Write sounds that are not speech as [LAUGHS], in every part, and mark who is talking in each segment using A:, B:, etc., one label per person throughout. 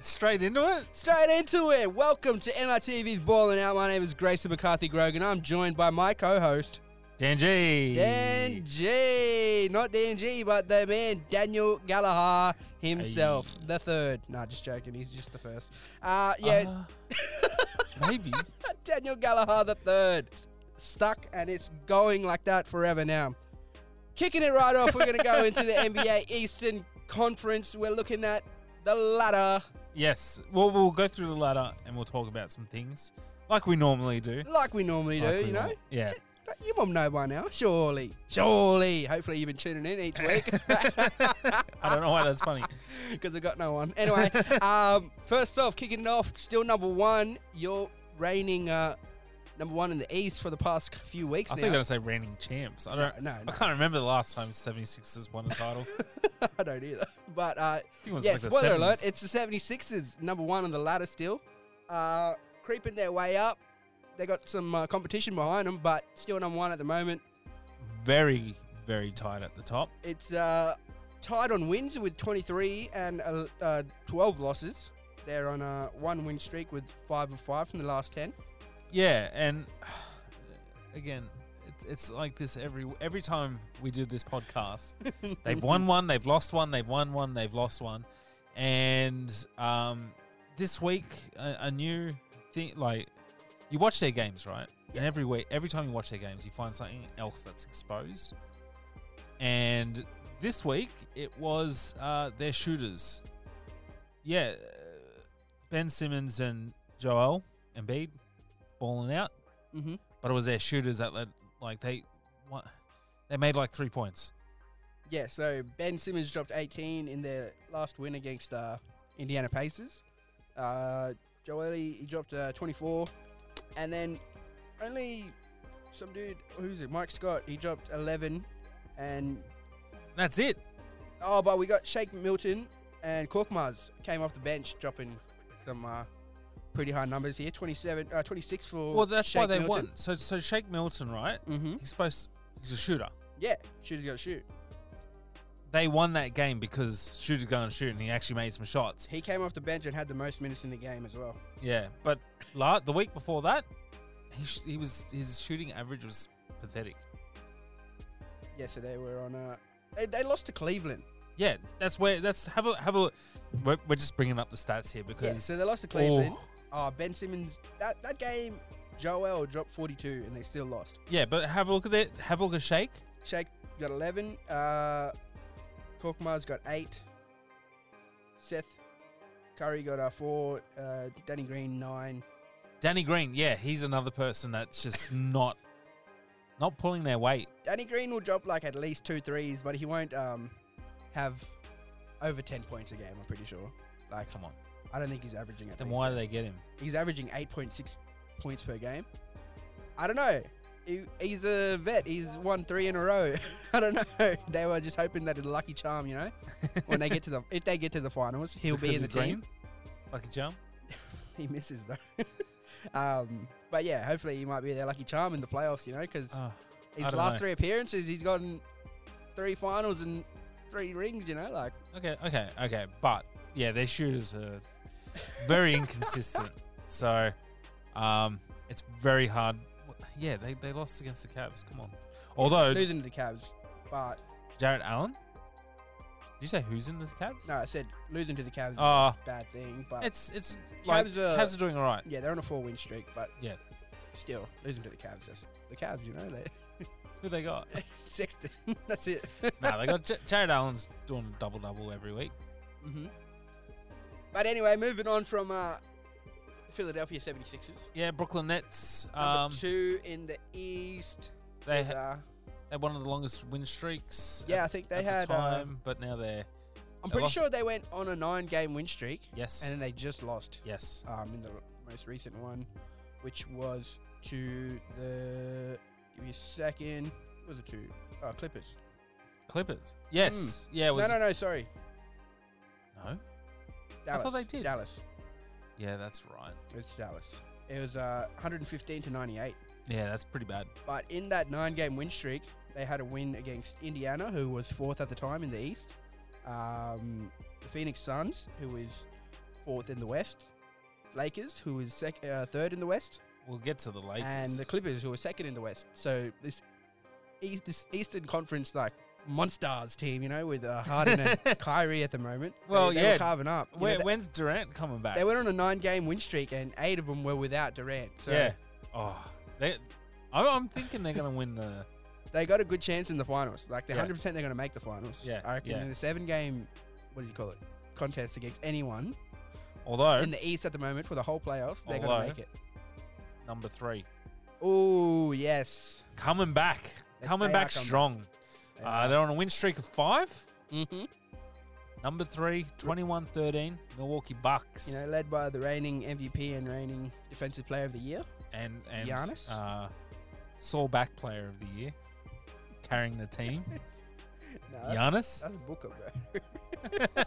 A: straight into it?
B: Straight into it. Welcome to MRTV's Balling Out. My name is Grayson McCarthy Grogan. I'm joined by my co-host
A: Dan G.
B: Dan G. Not Dan G, but the man Daniel Gallagher himself,
A: Hey. Uh-huh.
B: the third. Nah, just joking. He's just the first. Uh, yeah,
A: Uh, maybe.
B: [LAUGHS] Daniel Gallagher the third. Stuck and it's going like that forever now. Kicking it right off, we're going to go into
A: [LAUGHS]
B: the NBA Eastern Conference. We're looking at the ladder.
A: Yes. Well, we'll go through the ladder and we'll talk about some things like we normally do.
B: like we normally
A: Like
B: do,
A: we
B: you know.
A: normally- yeah.
B: Ju- Your mum know by now, surely. Surely. Hopefully you've been tuning in each
A: [LAUGHS]
B: week [LAUGHS]
A: I don't know why that's funny.
B: because I've got no one. Anyway, um, first off, kicking it off, still number one. You're reigning uh, number one in the East for the past few weeks
A: I
B: now.
A: think I say reigning champs. I don't.
B: no, [LAUGHS]
A: I
B: no,
A: can't remember the last time 76ers won a title. I
B: I don't either. But uh,
A: think it was
B: yeah,
A: like the
B: spoiler
A: 70s.
B: alert, it's the 76ers, number one on the ladder still. Uh, creeping their way up. They got some uh, competition behind them, but still number one at the moment.
A: very, very tight at the top.
B: It's uh, tied on wins with 23 and uh, uh, 12 losses. They're on a one win streak with five of five from the last 10.
A: Yeah, and [SIGHS] again, it's it's like this every every time we do this podcast. they've won one, they've lost one, they've won one, they've lost one, and um, this week a, a new thing like you watch their games, right? And every week, every time you watch their games, you find something else that's exposed. And this week, it was uh, their shooters. Yeah, uh, Ben Simmons and Joel Embiid balling out,
B: Mm-hmm.
A: but it was their shooters that led, like they what they made like three points.
B: Yeah, so Ben Simmons dropped 18 in their last win against uh, Indiana Pacers. Uh, Joel, he dropped uh, 24. And then only some dude, who's it? Mike Scott, he dropped 11. And
A: That's it.
B: Oh, but we got Shake Milton and Korkmaz came off the bench, dropping some uh, pretty high numbers here. 27, uh, 26 for
A: Well, that's why
B: Shake
A: they
B: Milton.
A: won. So so Shake Milton, right?
B: Mm-hmm.
A: He's supposed he's a shooter.
B: Yeah, shooter's got to shoot.
A: They won that game because shooter go and shoot, and he actually made some shots.
B: He came off the bench and had the most minutes in the game as well.
A: Yeah, but la- the week before that, he, sh- he was his shooting average was pathetic.
B: Yeah, so they were on a. They, they lost to Cleveland.
A: Yeah, that's where that's have a have a. look. We're, we're just bringing up the stats here
B: Yeah,
A: because
B: so they lost to Cleveland. Oh, Ben Simmons. That, that game, Joel dropped 42 and they still lost.
A: yeah, but have a look at it. Have a look at Shake.
B: Shake got 11. Uh, Korkmaz got 8. Seth Curry got uh, 4. Uh, Danny Green, 9.
A: Danny Green, yeah, he's another person that's just not not pulling their weight.
B: Danny Green will drop like at least two threes, but he won't um, have over 10 points a game, I'm pretty sure. Like,
A: Come on.
B: I don't think he's averaging at
A: Then
B: least
A: why
B: that.
A: do they get him?
B: He's averaging 8.6 points per game. I don't know. He, he's a vet. He's won three in a row. [LAUGHS] I don't know. [LAUGHS] They were just hoping that it's a lucky charm, you know. When they get to the if they get to the finals, he'll be in the team.
A: Lucky jump.
B: [LAUGHS] He misses though. [LAUGHS] um, but yeah, hopefully he might be their lucky charm in the playoffs, you know, because
A: Oh,
B: his
A: don't
B: last
A: know.
B: three appearances, he's gotten three finals and three rings, you know, like
A: okay, okay, okay. But yeah, their shooters are
B: [LAUGHS]
A: very inconsistent. So um, it's very hard. Yeah, they, they lost against the Cavs. Come on. Although
B: losing to the Cavs. But
A: Jared Allen, did you say who's in the Cavs?
B: no, I said losing to the Cavs is a
A: Uh,
B: bad thing. But
A: it's it's like
B: Cavs are-
A: Cavs are doing all right.
B: yeah, they're on a four-win streak, but
A: Yeah.
B: still losing to the Cavs. That's the Cavs, you know, they [LAUGHS]
A: Who they got?
B: Sexton. [LAUGHS] That's
A: [LAUGHS]
B: it.
A: nah, they got J- Jared Allen's doing a double double every week.
B: hmm
A: Mm-hmm.
B: But anyway, moving on from uh, Philadelphia 76ers.
A: Yeah, Brooklyn Nets.
B: Number
A: Um,
B: two in the East.
A: they
B: with,
A: ha-
B: uh,
A: they had one of the longest win streaks.
B: yeah, I
A: at,
B: think
A: at
B: they
A: the
B: had. uh,
A: time, but now they're
B: I'm
A: they
B: pretty
A: lost.
B: sure they went on a nine-game win streak,
A: yes,
B: and then they just lost
A: yes.
B: um, in the most recent one, which was to the. Give me a second. What was it to? Oh, Clippers.
A: Clippers. Yes. Yeah, it was.
B: Hmm. no, no, no. Sorry,
A: no.
B: Dallas.
A: thought they did.
B: Dallas.
A: Yeah, that's right.
B: It's Dallas. It was uh, 115 to 98.
A: Yeah, that's pretty bad.
B: But in that nine game win streak, they had a win against Indiana, who was fourth at the time in the East, um, the Phoenix Suns, who is fourth in the West. Lakers, who is sec- uh, third in the West,
A: We'll get to the Lakers.
B: and the Clippers, who are second in the West. So this East, this Eastern Conference like monsters team, you know, with uh, Harden
A: [LAUGHS]
B: and Kyrie at the moment. They-
A: Well,
B: they,
A: yeah.
B: were carving up. You know,
A: Where,
B: they,
A: when's Durant coming back?
B: they went on a nine-game win streak, and eight of them were without Durant. So
A: yeah. Oh, they. I'm, I'm thinking they're gonna win the.
B: they got a good chance in the finals. Like they're
A: Yeah.
B: hundred percent they're gonna make the finals.
A: Yeah,
B: I reckon
A: yeah.
B: in a seven game what do you call it? Contest against anyone
A: Although
B: in the East at the moment for the whole playoffs, they're
A: Although-
B: gonna make it.
A: number three
B: Oh yes.
A: coming back,
B: They-
A: coming
B: they are
A: back
B: coming
A: strong. Uh, they're on a win streak of five.
B: mm-hmm.
A: Number three, 21-13, Milwaukee Bucks.
B: You know, led by the reigning MVP and reigning defensive player of the year.
A: and and
B: Giannis?
A: uh, sore back player of the year, carrying the team.
B: No, [LAUGHS] that's,
A: Giannis.
B: that's Booker, bro.
A: [LAUGHS] oh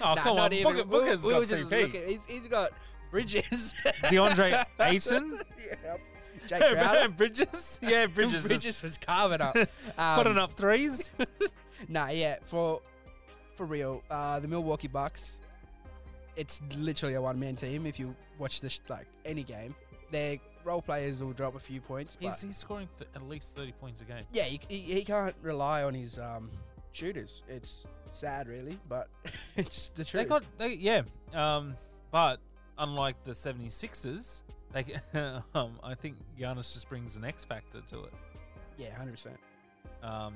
B: Nah,
A: come on,
B: not even. We-
A: Booker, Booker's
B: we
A: got
B: were just
A: CP.
B: looking- He's, he's got [LAUGHS] Bridges. [LAUGHS]
A: DeAndre Ayton,
B: Yep.
A: [LAUGHS]
B: Jake Crowder.
A: Bridges.
B: [LAUGHS]
A: Yeah, Bridges. Bridges.
B: Bridges was carving
A: [LAUGHS]
B: up. Um,
A: Putting up
B: [LAUGHS]
A: threes.
B: Nah, yeah, for for real, uh, the Milwaukee Bucks. It's literally a one-man team. If you watch this, like any game, their role players will drop a few points. But
A: he's, he's scoring th- at least thirty points a game.
B: yeah, he, he, he can't rely on his um, shooters. It's sad, really, but [LAUGHS] it's the truth.
A: They got they yeah. Um, but unlike the 76ers, they [LAUGHS] c- um, I think Giannis just brings an X factor to it.
B: yeah, hundred percent.
A: Um,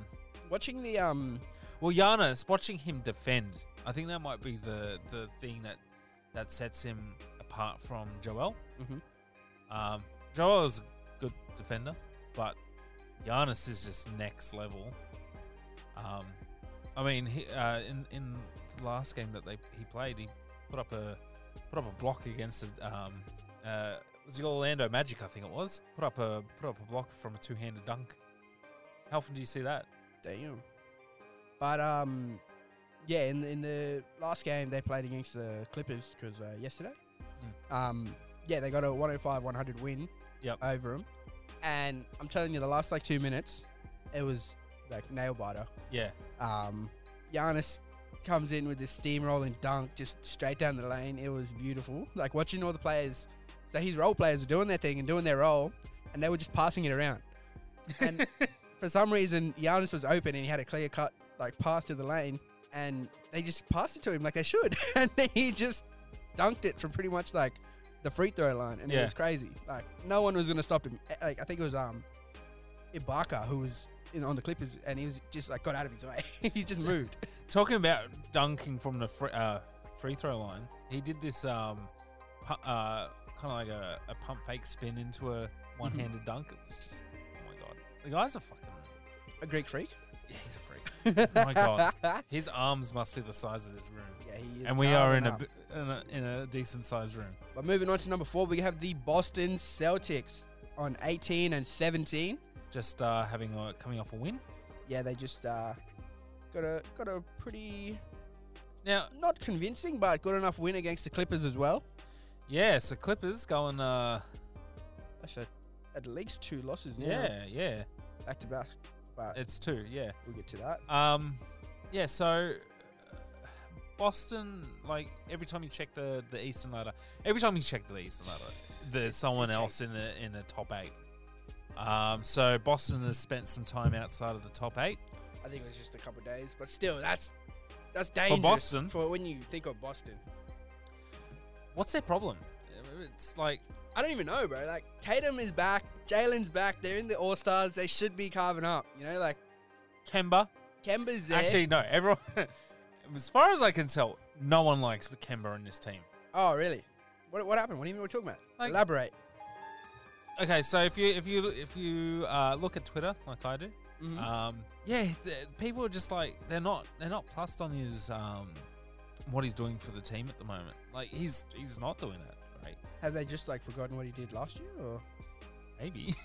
B: Watching the um,
A: well, Giannis watching him defend, I think that might be the the thing that that sets him apart from Joel.
B: Mhm.
A: Um, Joel's a good defender, but Giannis is just next level. Um, I mean, he, uh, in in the last game that they he played, he put up a put up a block against a, um, uh, it was the Orlando Magic, I think it was. Put up a put up a block from a two handed dunk. How often do you see that?
B: damn, but um, yeah, in the, in the last game they played against the Clippers because uh, yesterday, um, yeah, they got a 105-100 win.
A: Yep.
B: over them, and I'm telling you, the last like two minutes, it was like nail biter.
A: Yeah,
B: Um, Giannis comes in with this steamrolling dunk just straight down the lane. It was beautiful. Like watching all the players, so his role players were doing their thing and doing their role, and they were just passing it around. And for some reason, Giannis was open and he had a clear cut like path to the lane, and they just passed it to him like they should, [LAUGHS] and he just dunked it from pretty much like the free throw line, and
A: Yeah.
B: it was crazy. Like no one was gonna stop him. Eh, Like I think it was um Ibaka who was. In, on the Clippers, and he was just like got out of his way. [LAUGHS] he just moved.
A: Talking about dunking from the free, uh, free throw line, he did this um, pu- uh, kind of like a, a pump fake spin into a one handed dunk. It was just, oh my god, the guy's a fucking,
B: a Greek freak.
A: yeah, he's a freak. [LAUGHS] Oh my
B: [LAUGHS]
A: God. His arms must be the size of this room,
B: Yeah, he is
A: and we are in
B: carving up.
A: a, bi- in a in a decent sized room.
B: But moving on to number four, we have the Boston Celtics on 18 and 17.
A: Just uh, having a, coming off a win.
B: Yeah, they just uh, got a got a pretty
A: Now,
B: not convincing, but good enough win against the Clippers as well.
A: yeah, so Clippers going, uh,
B: That's a, at least two losses now,
A: yeah, yeah,
B: back to back. But
A: it's two, yeah.
B: we'll get to that.
A: Um, yeah. So uh, Boston, like every time you check the the Eastern Ladder, every time you check the Eastern Ladder, there's someone else in the in the top eight. Um, so Boston has spent some time outside of the top eight.
B: I think it was just a couple of days, but still, that's that's dangerous
A: Boston.
B: for when you think of Boston.
A: What's their problem? It's like
B: I don't even know, bro. Like Tatum is back, Jalen's back. They're in the All Stars. They should be carving up. You know, like
A: Kemba.
B: Kemba's there.
A: Actually, no. Everyone, [LAUGHS] as far as I can tell, no one likes Kemba in this team.
B: Oh, really? What, what happened? What do you mean we're talking about?
A: Like-
B: Elaborate.
A: Okay, so if you if you if you uh, look at Twitter like I do,
B: Mhm.
A: Um, yeah, the, people are just like they're not they're not plussed on his um, what he's doing for the team at the moment. Like he's he's not doing it right.
B: Have they just like forgotten what he did last year, or [LAUGHS]
A: Maybe.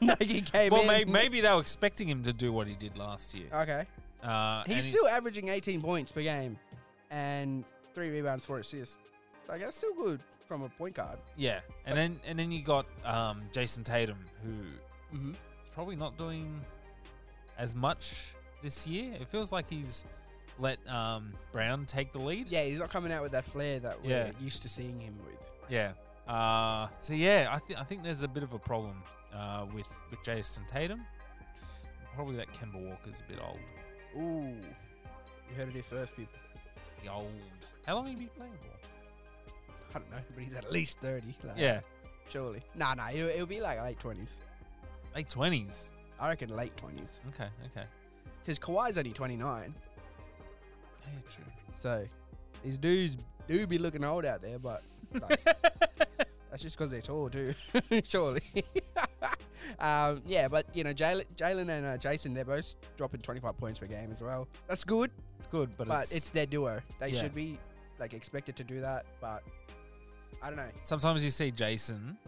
B: like he
A: [LAUGHS]
B: came
A: well,
B: in?
A: may, maybe they were expecting him to do what he did last year.
B: Okay,
A: Uh, and
B: he's still averaging 18 points per game and three rebounds, four assists. Like that's still good from a point guard.
A: yeah, and then and then you got um, Jason Tatum, who's
B: Mm-hmm.
A: probably not doing as much this year. It feels like he's let um, Brown take the lead.
B: Yeah, he's not coming out with that flair that we're
A: Yeah.
B: used to seeing him with.
A: Yeah. Uh, so yeah, I think I think there's a bit of a problem uh, with with Jason Tatum. Probably that Kemba Walker's a bit old.
B: Ooh, you heard it here first, people.
A: The old. How long have you been playing for?
B: I don't know, but he's at least thirty. Like,
A: Yeah,
B: surely. Nah, nah, it'll, it'll be like late twenties.
A: late twenties.
B: I reckon late twenties
A: Okay, okay.
B: because Kawhi's only twenty nine,
A: Yeah, true.
B: so these dudes do be looking old out there, but like,
A: [LAUGHS]
B: that's just because they're tall, too. [LAUGHS] surely. um, yeah, but you know, Jalen, Jalen and uh, Jason, they're both dropping twenty five points per game as well. That's good.
A: It's good, but,
B: but
A: it's,
B: it's, their duo. They
A: Yeah.
B: should be like expected to do that, but I don't know.
A: sometimes you see Jason.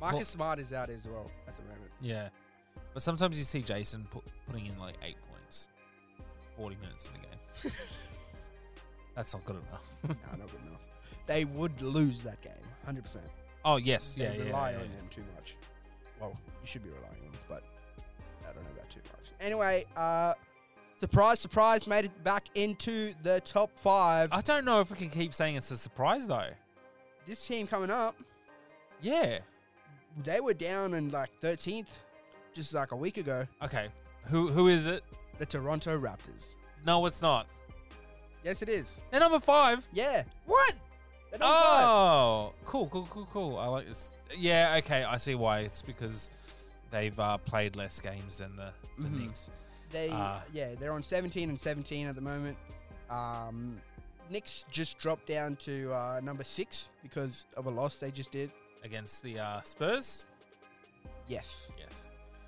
B: Marcus
A: Well-
B: Smart is out as well at the
A: [LAUGHS]
B: moment.
A: Yeah, but sometimes you see Jason put, putting in like eight points, forty minutes in a game.
B: [LAUGHS]
A: That's not good enough.
B: no, not good enough. They would lose that game, hundred percent.
A: Oh yes,
B: They
A: yeah, yeah,
B: rely
A: yeah,
B: on
A: yeah.
B: them too much. Well, you should be relying on them, but I don't know about too much. Anyway, uh, surprise, surprise, made it back into the top five.
A: I don't know if we can keep saying it's a surprise though.
B: this team coming up,
A: Yeah.
B: they were down in like thirteenth, just like a week ago.
A: Okay. Who who is it?
B: The Toronto Raptors.
A: No, it's not.
B: Yes, it is.
A: They're number five.
B: Yeah.
A: What?
B: They're number five.
A: Oh, cool, cool, cool, cool. I like this. Yeah. Okay, I see why. It's because they've uh, played less games than the, the
B: Mhm.
A: Knicks.
B: They
A: Ah.
B: yeah, they're on 17 and 17 at the moment. Um, Knicks just dropped down to uh, number six because of a loss they just did.
A: against the uh, Spurs.
B: Yes.
A: Yes.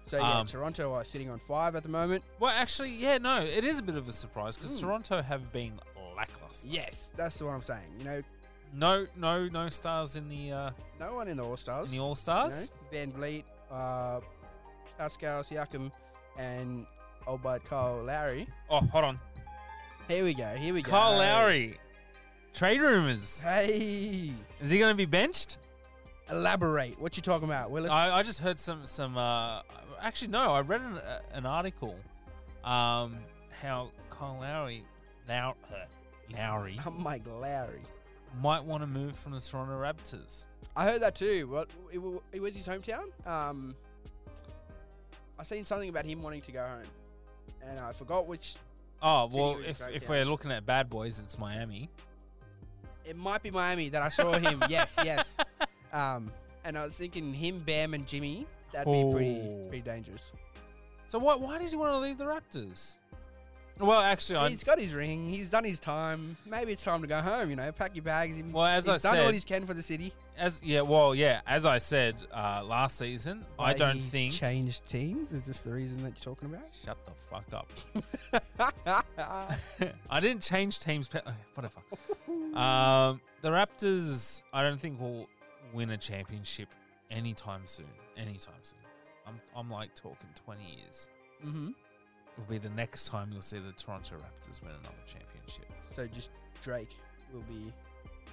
B: So yeah,
A: Um,
B: Toronto are sitting on five at the moment.
A: Well, actually, yeah, no, it is a bit of a surprise because
B: Mm.
A: Toronto have been lackluster.
B: Yes, that's what I'm saying. You know,
A: No, no, no stars in the uh,
B: no one in the All
A: in
B: Stars.
A: the All Stars.
B: Van Vliet, uh, Pascal Siakam, and old bud Kyle Lowry.
A: Oh, hold on,
B: Here we go. Here we go.
A: Kyle Lowry. Trade rumors.
B: Hey,
A: Is he going to be benched?
B: elaborate. What you talking about, Willis?
A: I, I just heard some some. Uh, actually, no, I read an, uh, an article. Um, how Kyle Lowry now Lowry
B: [LAUGHS] I'm Mike Lowry.
A: might want to move from the Toronto Raptors.
B: I heard that too. What it, wa- it was his hometown. Um, I seen something about him wanting to go home, and I forgot which.
A: Oh
B: Did he
A: well,
B: really
A: if
B: break
A: if
B: down?
A: we're looking at bad boys, it's Miami.
B: It might be Miami that I saw
A: [LAUGHS]
B: him. yes, yes. Um, and I was thinking him, Bam, and Jimmy. That'd be pretty
A: Oh.
B: pretty dangerous.
A: So why why does he want to leave the Raptors? Well, actually, I
B: He's got his ring. He's done his time. Maybe it's time to go home. You know, pack your bags. He-
A: Well, as
B: he's
A: I
B: done all
A: said-
B: he's can for the city.
A: as yeah well yeah as I said uh, last season, I
B: But
A: don't
B: he
A: think.
B: changed teams. Is this the reason that you're
A: [LAUGHS]
B: talking
A: Shut the fuck up. [LAUGHS]
B: about?
A: I didn't change teams. pe- oh,
B: [LAUGHS]
A: Whatever. Um, the Raptors, I don't think will win a championship anytime soon. Anytime soon. I'm, I'm like talking 20 years.
B: hmm
A: It'll be the next time you'll see the Toronto Raptors win another championship.
B: So just Drake will be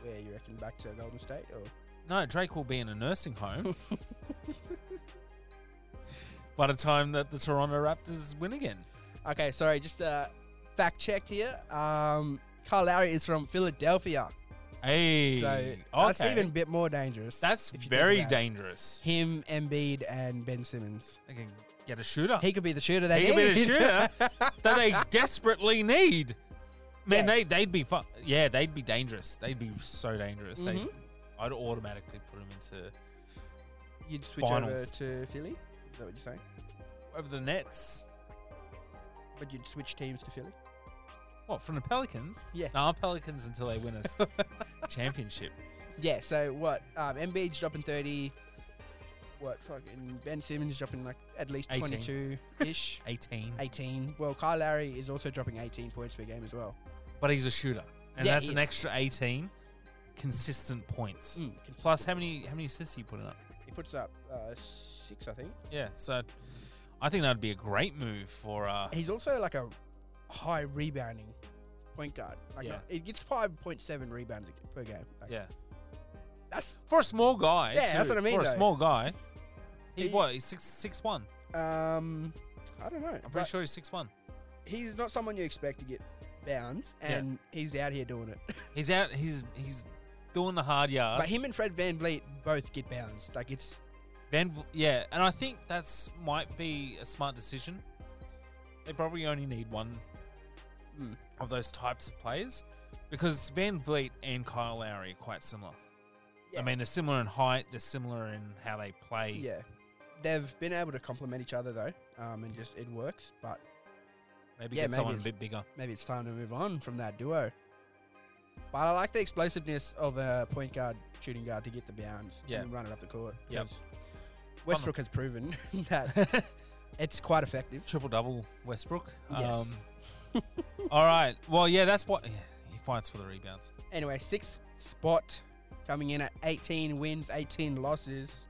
B: where you reckon back to Golden State or
A: [LAUGHS] No, Drake will be in a nursing
B: [LAUGHS]
A: home by the time that the Toronto Raptors win again.
B: Okay, sorry, just uh, fact checked here. Um Kyle Lowry is from Philadelphia.
A: Hey,
B: So
A: okay.
B: that's even a bit more dangerous.
A: That's
B: if you think
A: very
B: about it.
A: dangerous.
B: Him, Embiid, and Ben Simmons.
A: They can get a shooter.
B: He could be the shooter they
A: He could be the
B: need.
A: shooter that they desperately need. Man,
B: Yeah.
A: they they'd be fu- yeah, they'd be dangerous. They'd be so dangerous. They,
B: Mhm.
A: I'd automatically put them into
B: [LAUGHS] You'd switch
A: Finals.
B: over to Philly? Is that what you're saying?
A: over the Nets.
B: But you'd switch teams to Philly?
A: What from the Pelicans?
B: Yeah.
A: no, I'm Pelicans until they win
B: [LAUGHS]
A: a s- championship.
B: Yeah, so what? Um, Embiid's dropping 30. What? Fucking Ben Simmons dropping like at least
A: 18.
B: 22 [LAUGHS] ish.
A: Eighteen,
B: 18. Well, Kyle Lowry is also dropping 18 points per game as well.
A: but he's a shooter, and
B: Yeah,
A: that's
B: he
A: an
B: is.
A: extra eighteen consistent points.
B: Mm,
A: Plus, how many how many assists are you putting up?
B: He puts up uh, six, I think.
A: Yeah, so I think that'd be a great move for uh,
B: He's also like a high rebounding point guard. Like
A: Yeah.
B: not- he gets five point seven rebounds a- per game. Like,
A: yeah.
B: That's
A: For a small guy.
B: Yeah, that's
A: too.
B: what I mean,
A: For a
B: though.
A: small guy. He,
B: He-
A: what? He's six six one.
B: um, I don't know.
A: I'm pretty
B: but
A: sure he's six one.
B: he's not someone you expect to get bounds,
A: Yeah.
B: and he's out here doing it.
A: He's out. He's he's doing the hard yards.
B: but him and Fred Van Vliet both get bounds. Like it's
A: Van, V- yeah, and I think that's might be a smart decision. They probably only need one
B: Mm.
A: of those types of players because Van Vliet and Kyle Lowry are quite similar.
B: Yeah.
A: I mean, they're similar in height. They're similar in how they play.
B: yeah, they've been able to complement each other though, um, and just it works. But
A: Maybe
B: Yeah,
A: get
B: maybe
A: someone a
B: it's-
A: bit bigger.
B: maybe it's time to move on from that duo. But I like the explosiveness of the point guard, shooting guard to get the bounds
A: Yeah.
B: and run it up the court.
A: Yep.
B: 'cause Westbrook has proven [LAUGHS] that it's quite effective.
A: Triple double Westbrook.
B: Yes. [LAUGHS]
A: Um, all right. Well, yeah, that's what yeah, he fights for the rebounds.
B: Anyway, sixth spot coming in at 18 wins, 18 losses.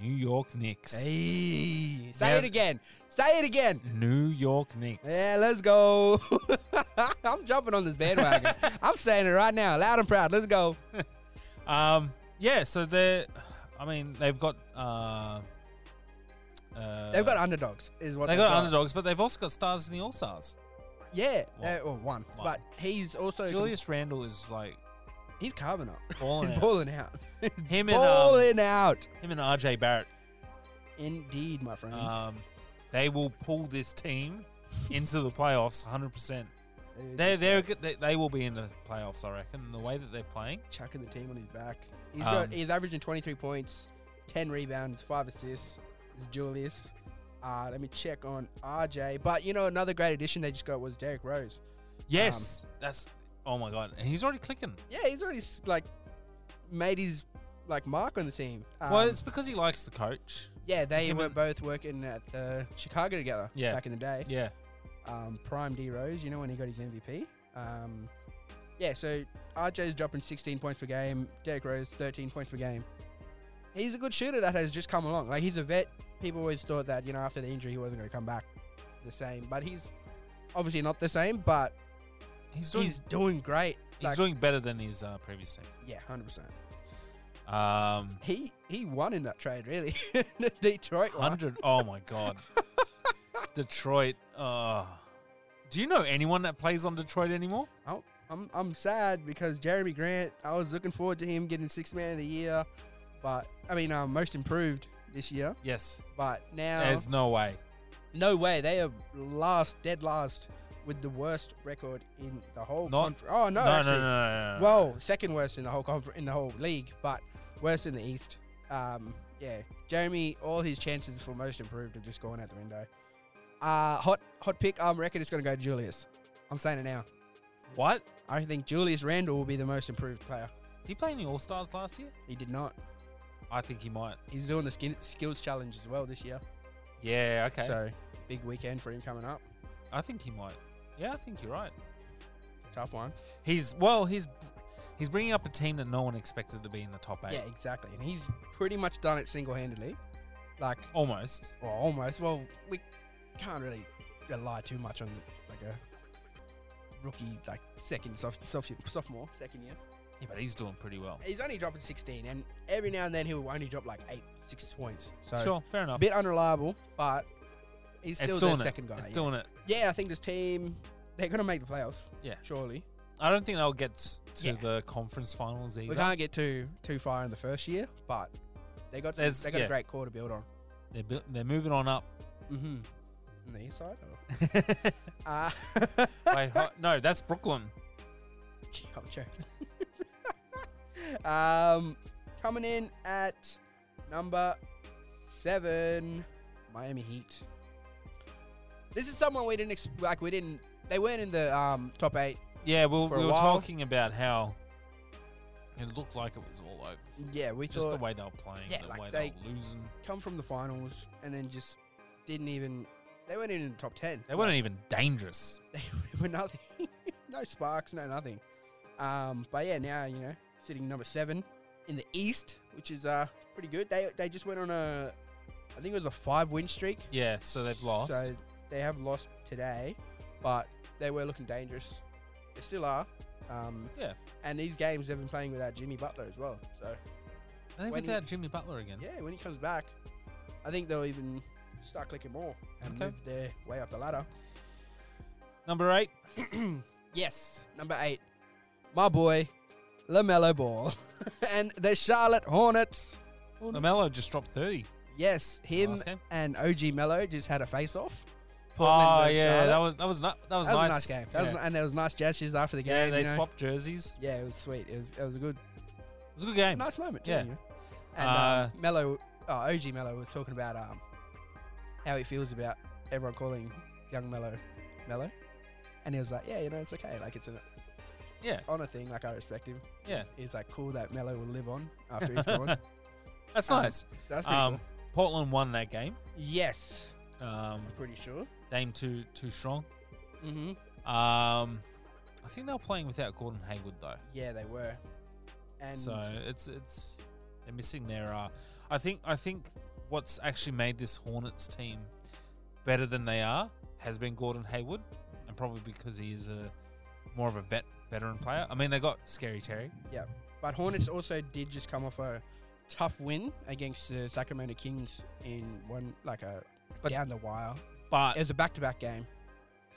A: New York Knicks.
B: Hey, say
A: Now-
B: it again. Say it again.
A: New York Knicks.
B: Yeah, let's go. [LAUGHS] I'm jumping on this
A: [LAUGHS]
B: bandwagon. I'm saying it right now, loud and proud. Let's go.
A: Um, yeah, so they're, I mean, they've got, uh, uh,
B: They've got underdogs, is what
A: they
B: they've
A: got underdogs, but they've also got stars in the All Stars.
B: Yeah,
A: One.
B: uh, well, one.
A: One.
B: But he's also
A: Julius Oh, Randle is like
B: he's carving up.
A: balling
B: He's
A: out.
B: balling out.
A: Him and um,
B: Balling out.
A: him and RJ Barrett,
B: Indeed, my friend.
A: um, they will pull this team into the playoffs 100. percent They
B: just
A: they're good. They, they will be in the playoffs, I reckon. The way that they're playing,
B: chucking the team on his back. He's
A: Um,
B: got he's averaging 23 points, 10 rebounds, five assists. It's Julius. Uh, let me check on RJ. But you know another great addition they just got was Derek Rose. Um,
A: yes, that's oh my god, and he's already clicking.
B: Yeah, he's already s- like made his like mark on the team. Um,
A: well, it's because he likes the coach.
B: yeah, they
A: him
B: were
A: and-
B: both working at the Chicago together
A: Yeah.
B: back in the day.
A: Yeah,
B: um, Prime D Rose, you know, when he got his MVP. Um, yeah, so RJ's dropping 16 points per game, Derek Rose, 13 points per game. He's a good shooter that has just come along. Like, he's a vet. People always thought that, you know, after the injury, he wasn't going to come back the same. But he's obviously not the same, but
A: he's doing
B: he's
A: he's,
B: doing great. like-
A: doing better than his uh, previous team.
B: Yeah, 100%.
A: Um,
B: He he won in that trade, really. [LAUGHS] The Detroit one.
A: hundred. Oh my god, Detroit. Uh, do you know anyone that plays on Detroit anymore?
B: I'm, I'm sad because Jeremy Grant, I was looking forward to him getting sixth man of the year, but I mean, um, most improved this year.
A: Yes,
B: But now,
A: there's no way.
B: no way. They are last, dead last, with the worst record in the whole
A: Not-
B: country. Oh no,
A: No, no, no,
B: actually,
A: no, no, no.
B: well, second worst in the whole confer- in the whole league, but worst in the East. Um, yeah, Jeremy, all his chances for most improved have just gone out the window. Uh, hot, hot pick. I reckon it's going to go to Julius. I'm saying it now.
A: what?
B: I think Julius Randle will be the most improved player.
A: Did he play in the All Stars last year?
B: He did not.
A: I think he might.
B: He's doing the skin- skills challenge as well this year.
A: Yeah. Okay.
B: So big weekend for him coming up.
A: I think he might. Yeah, I think you're right.
B: Tough one.
A: He's well. He's he's bringing up a team that no one expected to be in the top eight.
B: Yeah, exactly. And he's pretty much done it single handedly. Like,
A: Almost.
B: well, almost. Well, we can't really rely too much on like a rookie, like second soph- soph- sophomore, second year.
A: Yeah, but he's doing pretty well.
B: He's only dropping 16, and every now and then he'll only drop like eight, six points. So
A: sure. Fair
B: a
A: enough.
B: bit unreliable, but he's
A: it's
B: still
A: doing
B: their
A: it.
B: second guy.
A: It's
B: yeah.
A: doing it.
B: yeah, I think this team they're gonna make the playoffs.
A: Yeah.
B: surely.
A: I don't think they'll get s- to
B: Yeah.
A: the conference finals
B: We
A: either.
B: can't get too too far in the first year, but they got some,
A: There's-
B: they got
A: yeah.
B: a great core to build on.
A: They're, bu- they're moving
B: [LAUGHS]
A: on up.
B: Mm-hmm. On the east side.
A: [LAUGHS]
B: Or?
A: Wait,
B: Uh,
A: ho- no, that's Brooklyn.
B: [LAUGHS] gee, I'm joking. [LAUGHS] um, coming in at number seven, Miami Heat. This is someone we didn't ex- like. We didn't. They weren't in the um, top eight.
A: Yeah, we,
B: For a
A: we were
B: while.
A: talking about how it looked like it was all over.
B: Yeah, we
A: Just
B: thought
A: the way they were playing,
B: Yeah,
A: the
B: like
A: way
B: they-
A: they, were losing.
B: come from the finals and then just didn't even. They weren't even in the top ten.
A: They weren't even dangerous.
B: they [LAUGHS] were nothing. no sparks, no nothing. Um, but yeah, now you know, sitting number seven in the East, which is uh pretty good. They they just went on a, I think it was a five win streak.
A: Yeah, so they've lost.
B: So they have lost today, but they were looking dangerous. They still are. Um,
A: Yeah.
B: And these games they've been playing without Jimmy Butler as well. So
A: Are they
B: when-
A: without Jimmy Butler again?
B: yeah, when he comes back, I think they'll even start clicking more and
A: Okay.
B: move their way up the ladder.
A: Number eight.
B: [CLEARS THROAT] Yes, number eight, my boy, Lamelo Ball, [LAUGHS] and the Charlotte Hornets. Hornets.
A: Lamelo just dropped thirty.
B: Yes, him
A: Last game.
B: and OG Mello just had a face off.
A: Oh yeah, that was that was not that was
B: that was
A: nice.
B: a nice game. That was,
A: yeah.
B: ni- and there was nice gestures after the game.
A: Yeah, they
B: you know?
A: swapped jerseys.
B: Yeah, it was sweet. It was, it was a good,
A: It was a good game.
B: nice moment. Too,
A: Yeah.
B: you know? And
A: Uh,
B: um, Mello, oh, OG Mello was talking about um, how he feels about everyone calling young Mello Mello, and he was like, yeah, you know, it's okay. Like it's an
A: Yeah,
B: honor thing. Like I respect him.
A: yeah,
B: He's like, cool that Mello will live on after he's
A: [LAUGHS]
B: gone.
A: that's
B: Um,
A: nice.
B: So that's pretty
A: Um,
B: cool.
A: Portland won that game.
B: Yes,
A: Um,
B: I'm pretty sure.
A: Dame too too strong.
B: Mm-hmm.
A: Um, I think they were playing without Gordon Hayward though,
B: Yeah, they were. And
A: so it's it's they're missing their. Uh, I think I think what's actually made this Hornets team better than they are has been Gordon Hayward, and probably because he is a more of a vet veteran player. I mean, they got Scary Terry.
B: but Hornets also did just come off a tough win against the Sacramento Kings in one like a
A: But-
B: down the wire.
A: But
B: It was a back-to-back game.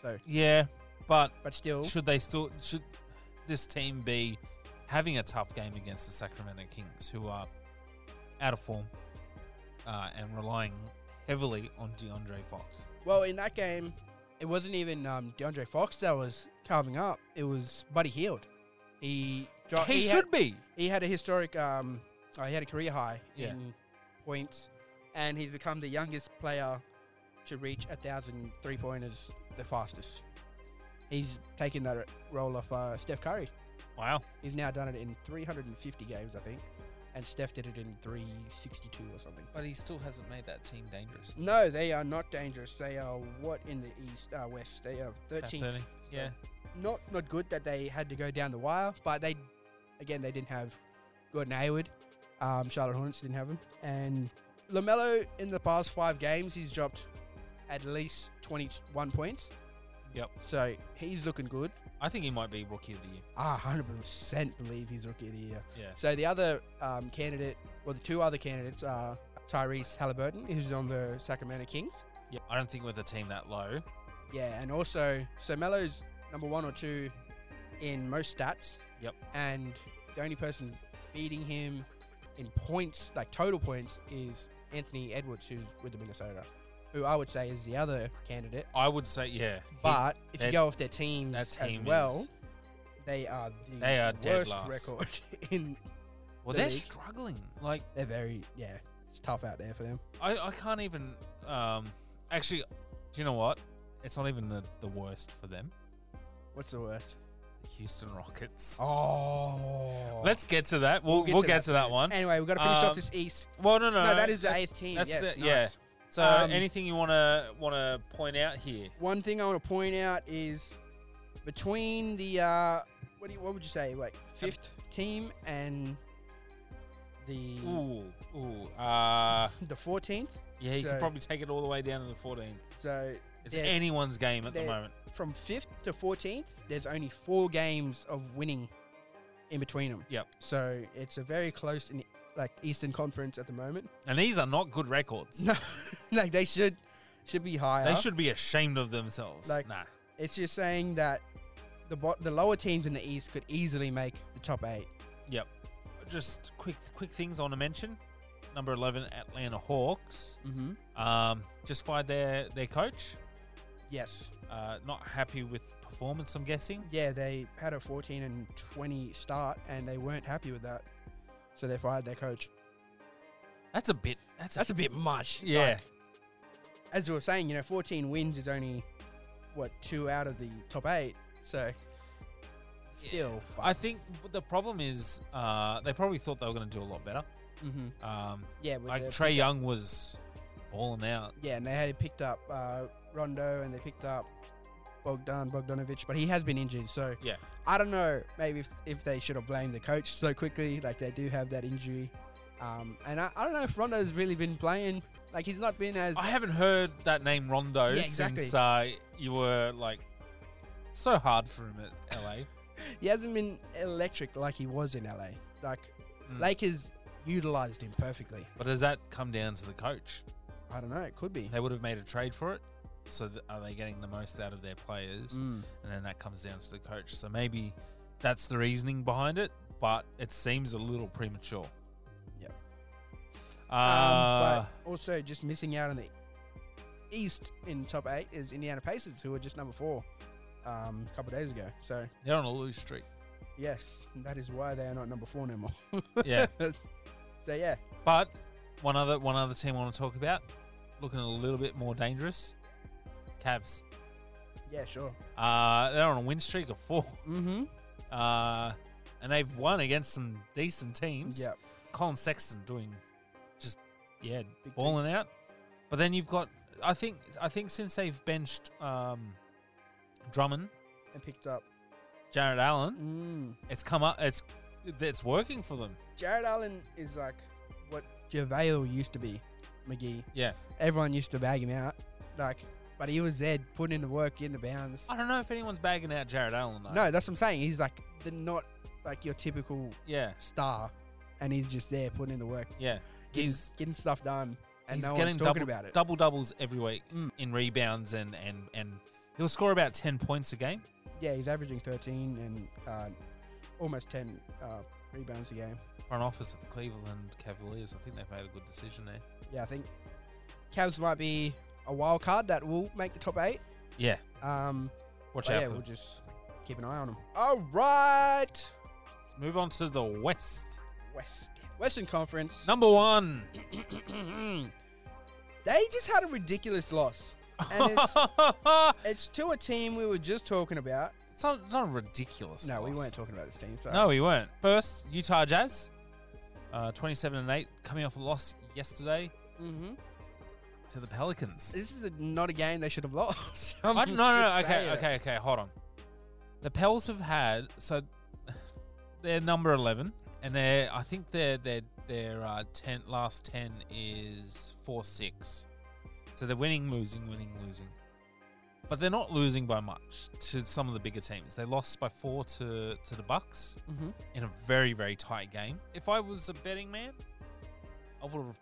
B: So,
A: yeah, but
B: but still,
A: should they still should this team be having a tough game against the Sacramento Kings, who are out of form uh, and relying heavily on DeAndre Fox?
B: well, in that game, it wasn't even um, DeAndre Fox that was carving up. It was Buddy Heald. He dro-
A: he,
B: had-
A: should be.
B: he had a historic um oh, he had a career high
A: Yeah.
B: in points and he's become the youngest player to reach a thousand three pointers the fastest he's taken that role off uh, steph curry
A: Wow.
B: he's now done it in 350 games i think and steph did it in 362 or something
A: But he still hasn't made that team dangerous.
B: no they are not dangerous they are what in the east uh, west they are 13th
A: Yeah.
B: not not good that they had to go down the wire, but they again they didn't have Gordon Hayward. Um, Charlotte Hornets didn't have him, and Lamelo in the past five games he's dropped at least twenty one points.
A: Yep.
B: So he's looking good.
A: I think he might be rookie of the year.
B: I hundred percent believe he's rookie of the year.
A: Yeah.
B: So the other um, candidate, well the two other candidates are Tyrese Halliburton, who's on the Sacramento Kings.
A: Yeah. I don't think with a team that low.
B: Yeah, and also, so Melo's number one or two in most stats.
A: Yep.
B: And the only person beating him in points, like total points, is Anthony Edwards, who's with the Minnesota, who I would say is the other candidate.
A: I would say yeah. He-
B: But if
A: that-
B: you go off their teams
A: that team
B: as well,
A: is-
B: they are the
A: They are dead
B: worst
A: last.
B: record. [LAUGHS] In
A: well,
B: the
A: they're
B: league-
A: struggling. Like
B: they're very yeah, it's tough out there for them.
A: I, I can't even. Um, actually, do you know what? It's not even the, the worst for them.
B: What's the worst?
A: The Houston Rockets.
B: Oh,
A: Let's get to that. We'll, we'll get, to, that
B: soon.
A: one.
B: Anyway, we've got to finish
A: Um,
B: off this East.
A: well, no, no,
B: No, that is the
A: that's-
B: eighth team.
A: that's
B: yes,
A: the-
B: nice.
A: yeah. So,
B: Um,
A: anything you wanna wanna point out here?
B: One thing I want to point out is between the uh, what do you, what would you say like fifth team and the
A: Ooh, ooh. Uh,
B: the fourteenth.
A: yeah, you
B: So-
A: can probably take it all the way down to the 14th.
B: So
A: It's
B: Yeah.
A: anyone's game at the
B: They're-
A: moment.
B: from fifth to fourteenth, there's only four games of winning in between them.
A: Yep.
B: So it's a very close in like Eastern Conference at the moment. [LAUGHS]
A: And these are not good records.
B: No, like they should should be higher.
A: They should be ashamed of themselves.
B: Like-
A: nah.
B: It's just saying that the bo- the lower teams in the East could easily make the top eight.
A: Just quick quick things I want to mention. Number 11 Atlanta Hawks
B: Mm-hmm.
A: um, just fired their their coach.
B: Yes.
A: Uh, not happy with performance, I'm guessing.
B: Yeah, they had a 14 and 20 start, and they weren't happy with that, so they fired their coach.
A: That's a bit. That's a,
B: That's a bit much.
A: yeah.
B: Like, as we were saying, you know, 14 wins is only what two out of the top eight. So still,
A: I think the problem is uh, they probably thought they were going to do a lot better.
B: hmm
A: Um,
B: yeah, with
A: like
B: the-
A: Trey Young was balling out.
B: yeah, and they had picked up uh, Rondo and they picked up Bogdan Bogdanovic, but he has been injured. So
A: Yeah.
B: I don't know. Maybe if, if they should have blamed the coach so quickly, like they do have that injury. Um, and I, I don't know if Rondo's really been playing. Like he's not been as
A: I haven't heard that name Rondo
B: Yeah, exactly.
A: since uh, you were like so hard for him at LA.
B: he hasn't been electric like he was in LA. Like
A: Mm.
B: Lakers utilized him perfectly.
A: But does that come down to the coach?
B: I don't know. It could be.
A: They would have made a trade for it. So th- are they getting the most out of their players?
B: Hmm.
A: and then that comes down to the coach. So maybe that's the reasoning behind it, but it seems a little premature.
B: Yep.
A: Uh,
B: Um, but also, just missing out on the East in top eight is Indiana Pacers, who were just number four um, a couple days ago. So,
A: they're on a
B: [LAUGHS]
A: lose streak.
B: yes, that is why they are not number four no more.
A: Yeah.
B: [LAUGHS] so, yeah,
A: but one other one other team I want to talk about, looking a little bit more dangerous. Cavs.
B: yeah, sure.
A: Uh, they're on a win streak of four,
B: Mm-hmm.
A: uh, and they've won against some decent teams.
B: Yep.
A: Colin Sexton doing just yeah
B: Big
A: balling
B: things.
A: out. But then you've got I think I think since they've benched um, Drummond,
B: And picked up.
A: Jared Allen,
B: Mm.
A: it's come up. It's it's working for them.
B: Jared Allen is like what JaVale used to be, McGee.
A: Yeah.
B: Everyone used to bag him out. Like, but he was there putting in the work in the bounds.
A: I don't know if anyone's bagging out Jared Allen though.
B: No, that's what I'm saying. He's like the not like your typical
A: Yeah.
B: star, and he's just there putting in the work,
A: Yeah.
B: getting,
A: He's
B: getting stuff done, and
A: he's
B: no
A: getting
B: one's talking
A: double,
B: about it.
A: double doubles every week
B: Mm.
A: in rebounds and and and he'll score about ten points a game.
B: Yeah, he's averaging 13 and uh, almost 10 uh, rebounds a game.
A: Front office of the Cleveland Cavaliers. I think they've made a good decision there.
B: Yeah, I think Cavs might be a wild card that will make the top eight.
A: Yeah.
B: Um,
A: Watch
B: but
A: out
B: yeah,
A: for
B: we'll
A: them.
B: just keep an eye on them. All right,
A: Let's move on to the West.
B: West Western Conference.
A: Number one.
B: [CLEARS THROAT] they just had a ridiculous loss, and
A: [LAUGHS]
B: it's it's to a team we were just talking about.
A: It's not, it's not a ridiculous.
B: No, we
A: loss.
B: weren't talking about this team. So
A: No, we weren't. First, Utah Jazz, uh, twenty-seven and eight, coming off a loss yesterday
B: Mm-hmm.
A: to the Pelicans.
B: This is a, not a game they should have lost. [LAUGHS]
A: I
B: I'm
A: don't, no, no,
B: just
A: okay,
B: saying it.
A: okay, okay. Hold on. The Pels have had so [SIGHS] they're number eleven, and they're I think their their their uh, ten last ten is four six, so they're winning, losing, winning, losing. But they're not losing by much to some of the bigger teams. They lost by four to to the Bucks.
B: Mhm.
A: in a very very tight game. If I was a betting man, I would have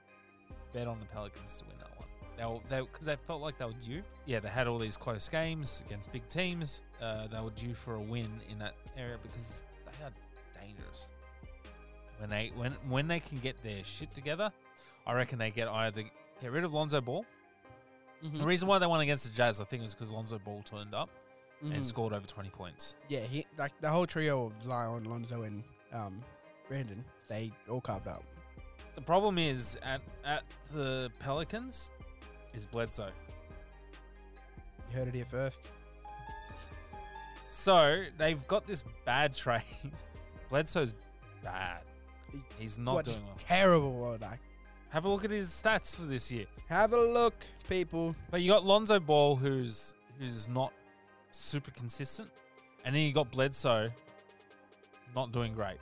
A: bet on the Pelicans to win that one. They were they because they felt like they were due. Yeah, they had all these close games against big teams. Uh, they were due for a win in that area because they are dangerous. When they when when they can get their shit together, I reckon they get either get rid of Lonzo Ball. The
B: Mhm.
A: reason why they won against the Jazz, I think, is because Lonzo Ball turned up and
B: Mhm.
A: scored over twenty points.
B: Yeah, he, like the whole trio of Zion, Lonzo, and um, Brandon, they all carved up.
A: The problem is at at the Pelicans is Bledsoe.
B: You heard it here first.
A: So they've got this bad [LAUGHS] trade. Bledsoe's bad. He's not
B: What's
A: doing well.
B: terrible. Well, like,
A: Have a look at his stats for this year.
B: have a look, people.
A: But you got Lonzo Ball who's who's not super consistent. And then you got Bledsoe not doing great.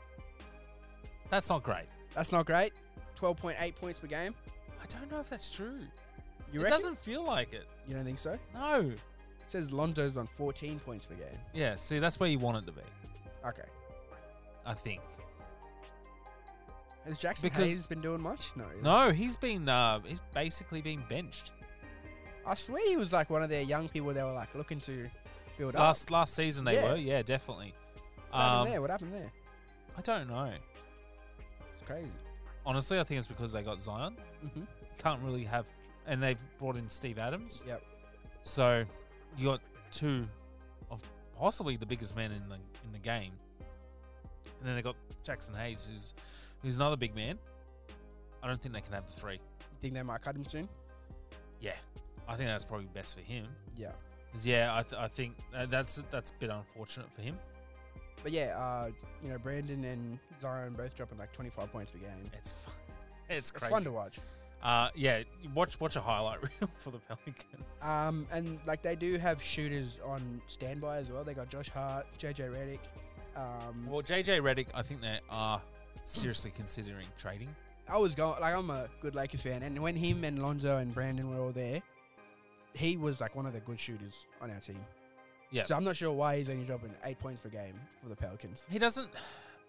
A: That's not great.
B: That's not great. Twelve point eight points per game.
A: I don't know if that's true.
B: You
A: it
B: reckon?
A: doesn't feel like it.
B: You don't think so? It
A: No.
B: says Lonzo's on fourteen points per game.
A: Yeah, see that's where you want it to be,
B: Okay.
A: I think.
B: Has Jackson
A: Because-
B: Hayes been doing much? No.
A: No, he's been uh, he's basically been benched.
B: I swear he was like one of their young people they were like looking to build
A: Last last season they
B: uh, Yeah. uh,
A: were, yeah, definitely.
B: up. What happened
A: Um,
B: there? What happened there?
A: I don't know.
B: It's crazy.
A: Honestly, I think it's because they got Zion.
B: hmm
A: Can't really have, and they've brought in Steve Adams.
B: Yep.
A: So you got two of possibly the biggest men in the in the game, and then they got Jackson Hayes, who's who's another big man. I don't think they can have the three.
B: You think they might cut him soon?
A: Yeah, I think that's probably best for him.
B: Yeah.
A: 'Cause, Yeah, I, th- I think uh, that's that's a bit unfortunate for him.
B: But yeah, uh, you know, Brandon and Zion both dropping like 25 points per game.
A: It's fun. It's
B: It's
A: crazy.
B: fun to watch.
A: Uh, yeah, watch watch a highlight [LAUGHS] reel for the Pelicans.
B: Um, and like they do have shooters on standby as well. They got Josh Hart, JJ Redick. Um,
A: well, JJ Redick, I think they are seriously considering trading.
B: I was going like I'm a good Lakers fan, and when him and Lonzo and Brandon were all there, he was like one of the good shooters on our team.
A: Yeah.
B: So I'm not sure why he's only dropping eight points per game for the Pelicans.
A: He doesn't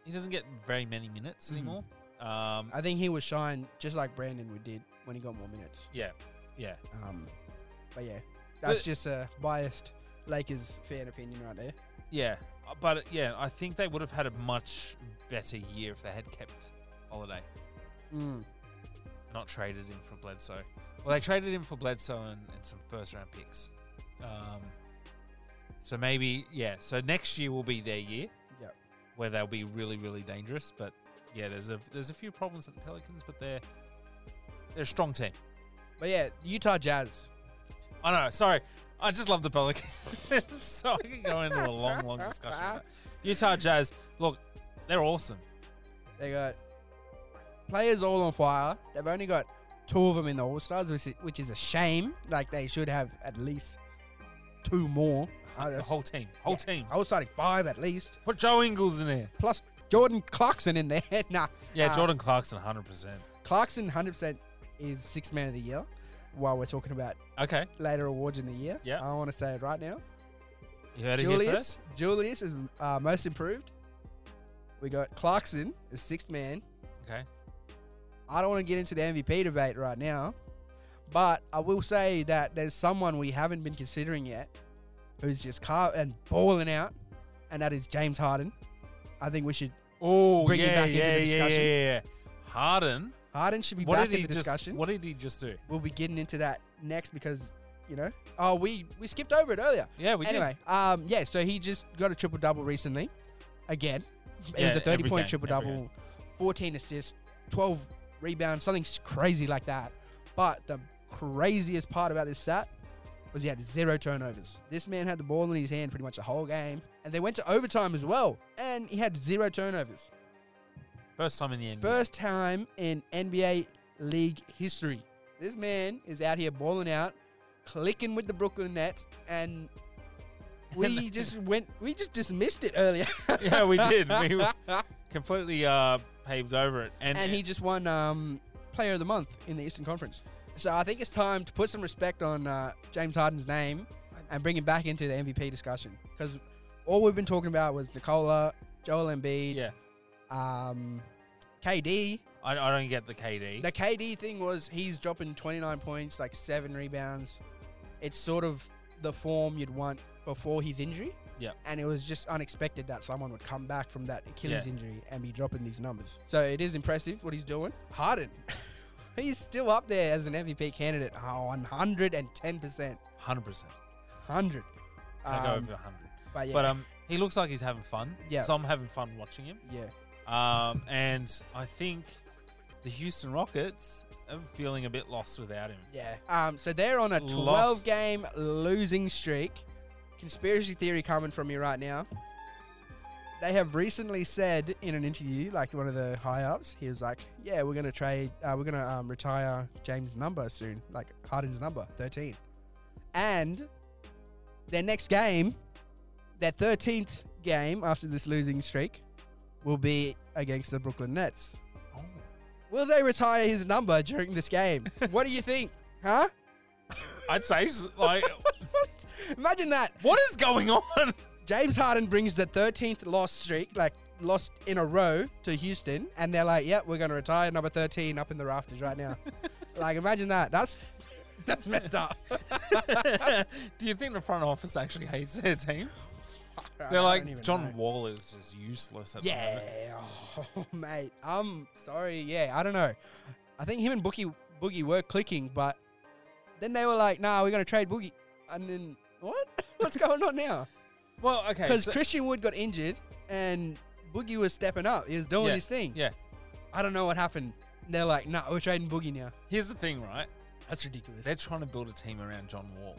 A: he doesn't get very many minutes
B: Mm.
A: anymore. Um,
B: I think he was shined just like Brandon would did when he got more minutes.
A: yeah, yeah.
B: Um, but yeah, That's
A: But-
B: just a biased Lakers fan opinion right there.
A: Yeah, uh, but uh, yeah, I think they would have had a much better year if they had kept Holiday,
B: Mm.
A: not traded him for Bledsoe. Well, they traded him for Bledsoe and, and some first round picks. Um, so maybe yeah. So next year will be their year.
B: Yep.
A: Where they'll be really really dangerous, but yeah, there's a there's a few problems at the Pelicans, but they're they're a strong team.
B: But yeah, Utah Jazz.
A: I know. Sorry, I just love the Pelicans, [LAUGHS] so I can go into a long, long discussion. about it. Utah Jazz. Look, they're awesome.
B: They got players all on fire. They've only got two of them in the All Stars, which is, which is a shame. Like they should have at least two more. Uh,
A: the
B: that's-
A: whole team, whole
B: yeah,
A: team.
B: All starting five at least,
A: Put Joe Ingles in there.
B: plus Jordan Clarkson in there. [LAUGHS] nah,
A: Yeah,
B: Uh,
A: Jordan Clarkson, hundred percent.
B: Clarkson 100% is sixth man of the year. While we're talking about
A: Okay,
B: later awards in the year,
A: Yeah.
B: I want to say it right now.
A: you heard it here first.
B: Julius, Julius is uh, most improved. We got Clarkson as sixth man.
A: Okay,
B: I don't want to get into the MVP debate right now, but I will say that there's someone we haven't been considering yet who's just car and balling out, and that is James Harden. I think we should
A: oh
B: Bring it
A: yeah,
B: back into
A: yeah,
B: the
A: yeah, yeah,
B: discussion.
A: yeah, yeah. Harden.
B: Harden should be
A: What
B: back
A: did
B: in
A: he
B: the
A: just?
B: discussion.
A: What did he just do?
B: We'll be getting into that next because you know oh we we skipped over it earlier.
A: Yeah, we
B: anyway, um yeah, so he just got a triple double recently, again. It
A: Yeah,
B: was a
A: every
B: 30 point
A: game,
B: triple
A: every
B: double, 14 assists, 12 rebounds, something s- crazy like that. But the craziest part about this stat was he had zero turnovers. This man had the ball in his hand pretty much the whole game, and they went to overtime as well, and he had zero turnovers.
A: did. First time in the NBA.
B: First time in NBA league history. This man is out here balling out, clicking with the Brooklyn Nets,
A: [LAUGHS]
B: and we just went, we just dismissed it earlier.
A: [LAUGHS] yeah, we did. We completely uh, paved over it,
B: [LAUGHS]
A: and,
B: and he just won um, Player of the Month in the Eastern Conference. So I think it's time to put some respect on uh, James Harden's name and bring him back into the MVP discussion because all we've been talking about was Nicola, Joel Embiid,
A: yeah.
B: um, KD.
A: I, I don't get the KD.
B: The KD thing was he's dropping 29 points, like seven rebounds. It's sort of the form you'd want before his injury.
A: Yep.
B: And it was just unexpected that someone would come back from that Achilles
A: Yeah.
B: injury and be dropping these numbers. So it is impressive what he's doing. Harden. [LAUGHS] he's still up there as an MVP candidate. Oh, 110%.
A: Hundred percent.
B: 100.
A: I go
B: Um,
A: over hundred.
B: but yeah.
A: But um, he looks like he's having fun.
B: Yeah.
A: So I'm having fun watching him.
B: yeah.
A: Um, and I think the Houston Rockets are feeling a bit lost without him.
B: Yeah. Um, so they're on a 12
A: Lost.
B: game losing streak. Conspiracy theory coming from you right now. They have recently said in an interview, like one of the high ups, he was like, "Yeah, we're gonna trade. Uh, we're gonna um, retire James' number soon, like Harden's number, 13." And their next game, their 13th game after this losing streak, will be against the Brooklyn Nets.
A: Oh.
B: Will they retire his number during this game? what do you think, huh?
A: I'd say s- like,
B: Imagine that.
A: what is going on?
B: James Harden brings the 13th loss streak, like lost in a row to Houston, and they're like, "Yep, we're going to retire number 13 up in the rafters right now." like, imagine that. That's [LAUGHS] that's messed up.
A: [LAUGHS] Do you think the front office actually hates their team?
B: I
A: They're
B: don't
A: like
B: even
A: John
B: know.
A: Wall is just useless. At The
B: Yeah,
A: moment.
B: oh, [LAUGHS] mate. I'm sorry. Yeah, I don't know. I think him and Boogie Boogie were clicking, but then they were like, "Nah, we're going to trade Boogie," and then what? [LAUGHS] What's going on now?
A: Well, okay.
B: Because
A: So,
B: Christian Wood got injured and Boogie was stepping up. He was doing
A: Yeah,
B: his thing.
A: yeah.
B: I don't know what happened. They're like, nah, we're trading Boogie now.
A: here's the thing, right?
B: That's ridiculous.
A: They're trying to build a team around John Wall,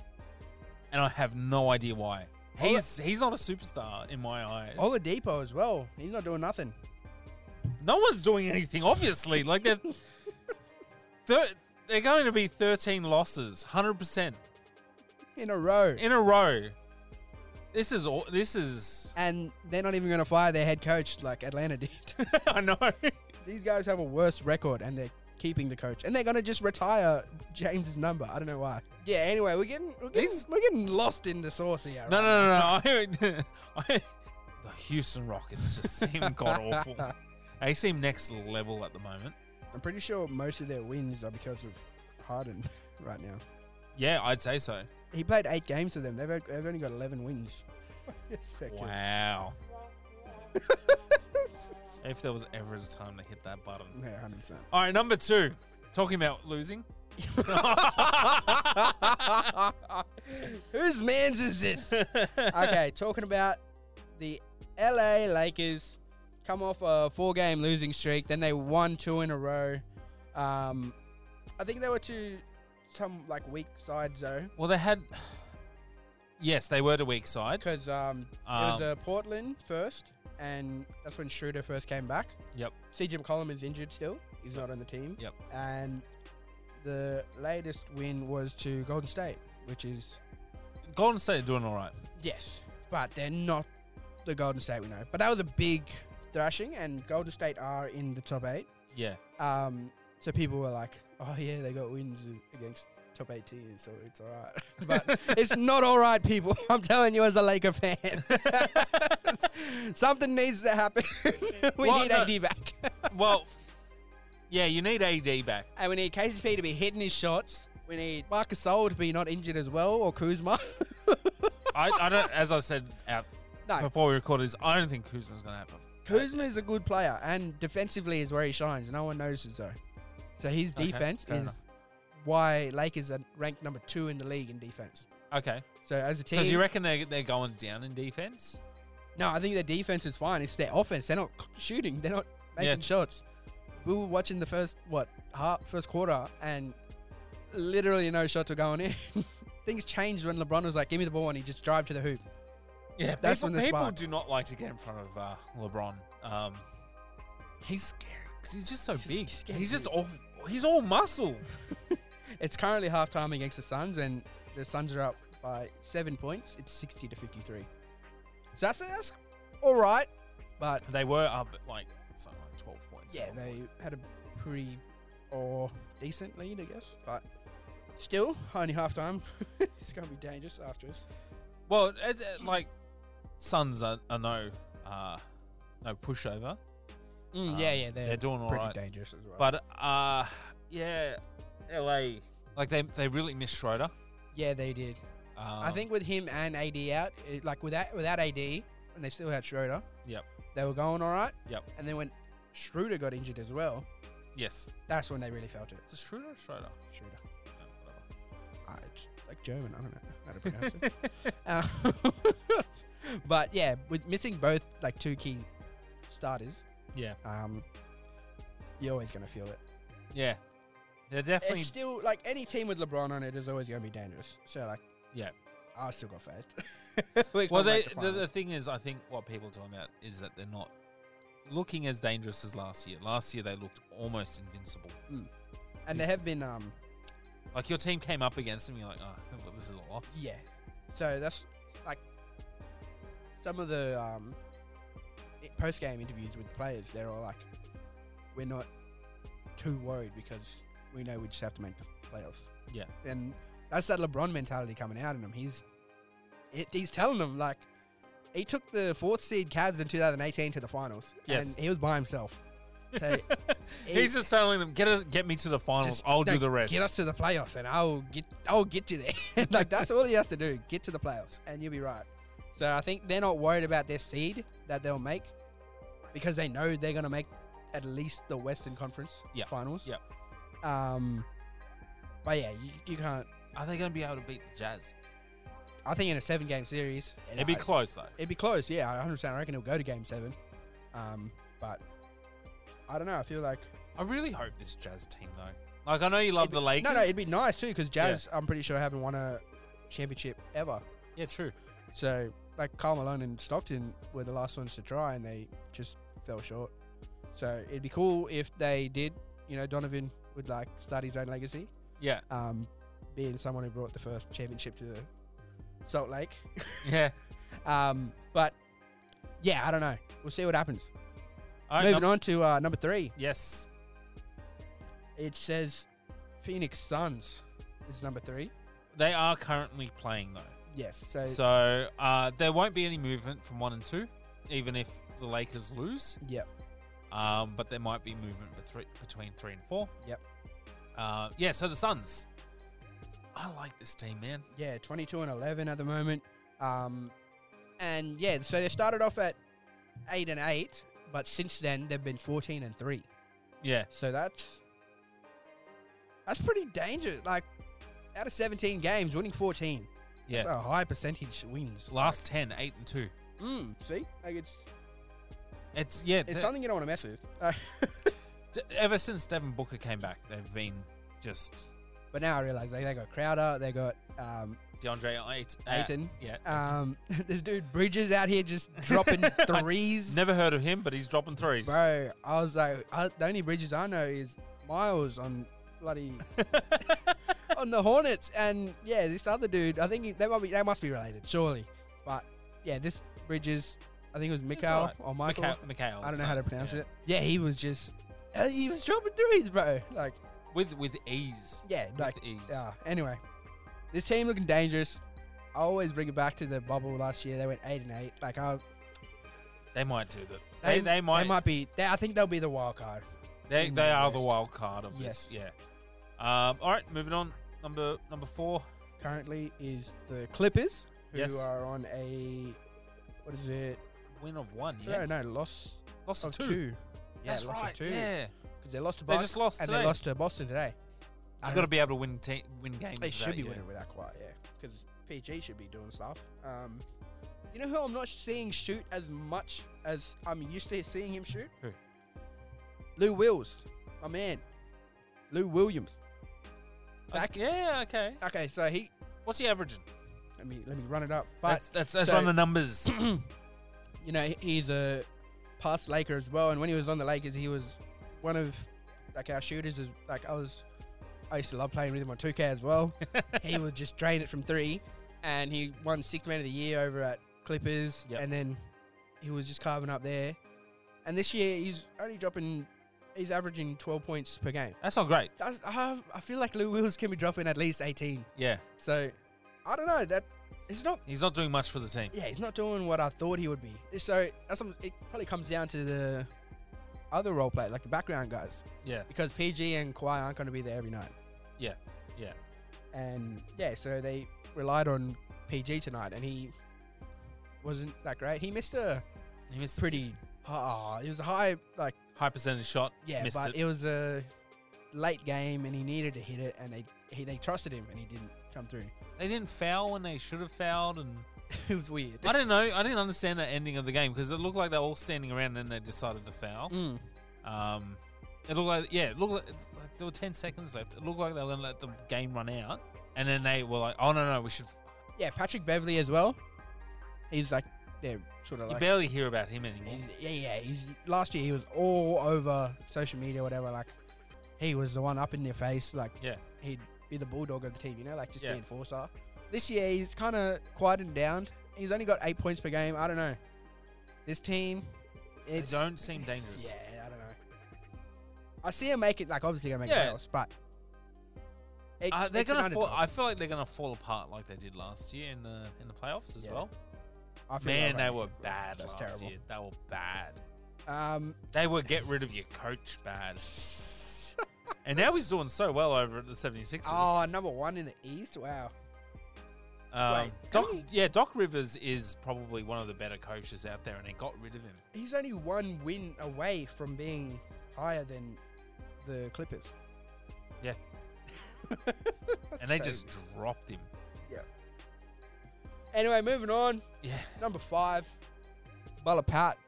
A: and I have no idea why.
B: All
A: He's he's not a superstar in my eyes.
B: Oladipo as well. He's not doing nothing.
A: No one's doing anything, obviously.
B: [LAUGHS]
A: Like they're thir- they're going to be thirteen losses, hundred percent
B: In a row.
A: in a row. This is all.
B: [LAUGHS]
A: This is.
B: and they're not even going to fire their head coach like Atlanta did. [LAUGHS]
A: I know.
B: These guys have a worse record and they're keeping the coach. And they're going to just retire James's number. I don't know why. Yeah, anyway, we're getting we're getting,
A: He's-
B: we're getting lost in the sauce here.
A: No, no, no, [LAUGHS] no. I, I, [LAUGHS] the Houston Rockets just seem god
B: [LAUGHS]
A: awful. They seem next level at the moment.
B: I'm pretty sure most of their wins are because of Harden [LAUGHS] right now.
A: Yeah, I'd say so.
B: He played eight games for them. They've, had- they've only got 11 wins. [LAUGHS] Wait a second. [LAUGHS]
A: Wow. If there was ever a time to hit that button.
B: Yeah, 100%.
A: All right, number two. Talking about losing.
B: [LAUGHS] Whose man's is this? [LAUGHS] okay, talking about the LA Lakers come off a four game losing streak. Then they won two in a row. Um, I think they were to some like weak sides though.
A: [LAUGHS] Well, they had. Yes, they were the weak sides.
B: Because um, it was
A: Um,
B: uh, Portland first, and that's when Schroeder first came back.
A: Yep.
B: C. Jim Collum is injured still. He's not on the team.
A: Yep.
B: And the latest win was to Golden State, which is
A: Golden State are doing all right.
B: Yes, but they're not the Golden State we know. But that was a big thrashing, and Golden State are in the top eight.
A: Yeah.
B: Um, so people were like, "Oh yeah, they got wins against top eight teams, so it's all right." [LAUGHS] But it's not all right, people. [LAUGHS] I'm telling you, as a Laker fan, [LAUGHS] something needs to happen. [LAUGHS] we
A: Well,
B: need
A: no.
B: AD back,
A: [LAUGHS]
B: [LAUGHS]
A: Well, yeah, you need AD back.
B: and we need KCP to be hitting his shots. We need Marcus Sol to be not injured as well, or Kuzma.
A: I, I don't. As I said out
B: no,
A: before we recorded, is I don't think Kuzma's going to happen.
B: Kuzma is a good player, and defensively is where he shines. No one notices though. So his
A: Okay,
B: defense
A: fair
B: is
A: enough.
B: why Lakers are ranked number two in the league in defense.
A: Okay.
B: So as a team,
A: So do you reckon they're, they're going down in defense?
B: no, I think their defense is fine. It's their offense. They're not shooting. They're not making
A: Yeah.
B: shots. We were watching the first what half first quarter, and literally no shots were going in. [LAUGHS] Things changed when LeBron was like, "Give me the ball," and he just drive to the hoop.
A: Yeah,
B: That's
A: people,
B: when they
A: people
B: spark.
A: do not like to get in front of uh, LeBron. Um, he's scary because he's just so
B: He's
A: big.
B: scary.
A: He's just all he's all muscle.
B: It's currently halftime against the Suns, and the Suns are up by seven points. It's sixty to fifty-three. So that's that's all right, but
A: they were up at, like something like twelve points.
B: yeah, they had a pretty or decent lead, I guess. But still, only halftime. [LAUGHS] it's gonna be dangerous after this.
A: Well, it's, uh, like Suns are, are no uh, no pushover.
B: Mm,
A: Um, they're, doing all
B: pretty
A: right.
B: dangerous as well.
A: But uh, yeah, LA like they they really miss Schroeder.
B: yeah, they did.
A: Um,
B: I think with him and AD out, it, like without without AD, and they still had Schroeder.
A: Yep.
B: They were going all right.
A: Yep.
B: And then when Schroeder got injured as well,
A: Um, yes,
B: that's when they really felt it.
A: it's a Schroeder or
B: [LAUGHS]
A: Schroeder.
B: Schroeder.
A: No, whatever.
B: uh, it's like German. I don't know how to pronounce it.
A: [LAUGHS]
B: Uh, [LAUGHS] but yeah, with missing both like two key starters,
A: Yeah,
B: um, you're always going to feel it.
A: yeah, they're
B: It's
A: definitely
B: still like any team with LeBron on it is always going to be dangerous. So like,
A: Yeah.
B: I still got faith. [LAUGHS] We're
A: Well,
B: gonna
A: they,
B: make
A: the, the
B: finals.
A: thing is, I think what people are talking about is that they're not looking as dangerous as last year. Last year, they looked almost invincible.
B: and they
A: this-
B: have been, um,
A: Like your team came up against them, you're like, oh, well, this is a loss.
B: yeah. So that's like some of the um, post game interviews with players. They're all like, "We're not too worried because we know we just have to make the playoffs."
A: Yeah.
B: and that's that LeBron mentality coming out in him. He's it, he's telling them like he took the fourth seed Cavs in 2018 to the finals.
A: Yes.
B: and he was by himself.
A: [LAUGHS]
B: So
A: He's just telling them, get us, get me to the finals. I'll do
B: no,
A: the rest.
B: Get us to the playoffs, and I'll get I'll get you there. [LAUGHS] like that's all he has to do: get to the playoffs, and you'll be right. So I think they're not worried about their seed that they'll make because they know they're going to make at least the Western Conference
A: Yeah,
B: finals.
A: yeah.
B: Um, but yeah, you, you can't.
A: Are they going to be able to beat the Jazz?
B: I think in a seven-game series, and
A: It'd be
B: I-
A: close though.
B: it'd be close. Yeah, I understand. I reckon it'll go to Game Seven. Um, but I don't know. I feel like
A: I really hope this Jazz team though. Like I know you love
B: it'd
A: the
B: be-
A: Lakers.
B: No, no, it'd be nice too because Jazz. I'm pretty sure haven't won a championship ever.
A: yeah, true.
B: So, like Carl Malone and Stockton were the last ones to try, and they just fell short. So it'd be cool if they did. You know, Donovan would like start his own legacy,
A: Yeah, [LAUGHS]
B: um, being someone who brought the first championship to the Salt Lake. [LAUGHS]
A: yeah.
B: Um, but yeah, I don't know. We'll see what happens.
A: All right,
B: Moving
A: num-
B: on to uh, number three,
A: Yes.
B: it says Phoenix Suns is number three.
A: They are currently playing though.
B: Yes, so,
A: So uh, there won't be any movement from one and two, even if the Lakers lose.
B: Yep.
A: Um, but there might be movement between between three and four.
B: Yep.
A: Uh, yeah. So the Suns. I like this team, man.
B: Yeah, 22 and 11 at the moment. Um, and yeah, so they started off at 8 and 8, but since then they've been 14 and 3.
A: Yeah,
B: So that's that's pretty dangerous. Like out of 17 games, winning 14.
A: yeah.
B: That's a high percentage wins.
A: Last 10, 8 and two.
B: Mm, see? Like it's
A: It's yeah.
B: it's
A: th-
B: something you don't want to mess with. Uh,
A: d- ever since Devin Booker came back, they've been just
B: [LAUGHS] but now I realize they, they got Crowder, they got um,
A: DeAndre Ayton. Uh,
B: Ayton.
A: yeah.
B: Um, [LAUGHS] this dude Bridges out here just dropping [LAUGHS]
A: I
B: threes.
A: Never heard of him, but he's dropping threes. [LAUGHS]
B: Bro, I was like, I, the only Bridges I know is Miles on
A: [LAUGHS]
B: bloody on the Hornets, and yeah, this other dude. I think he, they might be, they must be related, surely. But yeah, this Bridges, I think it was Mikhail
A: alright.
B: or Michael.
A: Mikhail, Mikhail
B: I don't know
A: so,
B: how to pronounce
A: yeah.
B: it. Yeah, he was just uh, he was dropping threes, bro. Like
A: with with ease.
B: yeah, like uh,
A: with ease.
B: yeah. Anyway, this team looking dangerous. I always bring it back to the bubble last year. They went eight and eight. Like I,
A: They might do that. They, they, might.
B: They might be. They, I think they'll be the wild card.
A: They,
B: in
A: they
B: the
A: are the
B: West.
A: wild card of
B: Yes.
A: this. Yeah. Um, all right, moving on. Number number four.
B: currently is the Clippers, who
A: Yes.
B: are on a what is it?
A: Win of one. Yeah.
B: No, no, loss
A: Lost
B: of
A: two.
B: two. Yeah,
A: That's
B: loss
A: right.
B: of two.
A: Yeah.
B: because they lost to
A: They
B: Boston.
A: just lost
B: and
A: today.
B: they lost to Boston today. Um,
A: You've got to be able to win te- win games.
B: They should
A: without
B: be
A: you.
B: winning with that quiet, yeah. Because PG should be doing stuff. Um, you know who I'm not seeing shoot as much as I'm used to seeing him shoot?
A: Who?
B: Lou Wills, my man. Lou Williams.
A: Okay,
B: Back-
A: yeah. Okay.
B: Okay, so he.
A: What's he averaging?
B: Let me let me run it up. But
A: that's that's, that's
B: so-
A: one of the numbers.
B: you know, he- he's a past Laker as well. And when he was on the Lakers, he was one of like our shooters. Is like I was, I used to love playing with him on 2K as well. he would just drain it from three, and he won sixth man of the year over at Clippers,
A: Yep.
B: and then he was just carving up there. And this year, he's only dropping, he's averaging 12 points per game.
A: that's not great.
B: That's, I, have, I feel like Lou Wills can be dropping at least 18.
A: Yeah.
B: So I don't know that it's not
A: He's not doing much for the team.
B: yeah, he's not doing what I thought he would be. So that's some, it probably comes down to the other role play, like the background guys,
A: Yeah.
B: because PG and Kawhi aren't going to be there every night.
A: Yeah, yeah.
B: And yeah, so they relied on PG tonight, and he wasn't that great. He missed a
A: He missed a
B: pretty, ah, it was a high, like
A: high percentage shot.
B: yeah,
A: missed
B: but
A: it.
B: it. was a late game, and he needed to hit it, and they he, they trusted him, and he didn't come through. [LAUGHS]
A: They didn't foul when they should have fouled, and
B: it was weird. [LAUGHS]
A: I don't know. I didn't understand that ending of the game because it looked like they were all standing around and then they decided to foul.
B: Mm.
A: Um, it looked like yeah, it looked like, like there were ten seconds left. It looked like they were going to let the game run out, and then they were like, "Oh no, no, we should."
B: Yeah, Patrick Beverly as well. He's like, yeah, sort of
A: You
B: like
A: barely hear about him anymore.
B: He's, yeah, yeah. He's last year he was all over social media, whatever. Like he was the one up in their face. Like
A: Yeah.
B: he'd be the bulldog of the team, you know, like just
A: Yeah.
B: the enforcer. This year he's kind of quieted down. He's only got eight points per game. I don't know. This team,
A: They
B: it's
A: don't seem dangerous.
B: yeah, I don't know. I see him make it. Like obviously gonna make
A: Yeah.
B: playoffs, but it-
A: Uh, they're
B: it's an
A: gonna fall.
B: underdog.
A: I feel like they're gonna fall apart like they did last year in the in the playoffs as
B: Yeah.
A: well.
B: I feel
A: Man,
B: like
A: they
B: that.
A: were bad
B: That's
A: last
B: terrible.
A: year. They were bad.
B: Um,
A: They were get rid of your coach
B: [LAUGHS]
A: bad. And now he's doing so well over at the 76ers.
B: oh, number one in the East. Wow.
A: Um,
B: wait,
A: Doc,
B: can we-
A: yeah, Doc Rivers is probably one of the better coaches out there, and they got rid of him.
B: he's only one win away from being higher than the Clippers.
A: Yeah.
B: That's
A: and they
B: crazy.
A: just dropped him.
B: Anyway, moving on.
A: Yeah.
B: Number five, Bala Pat.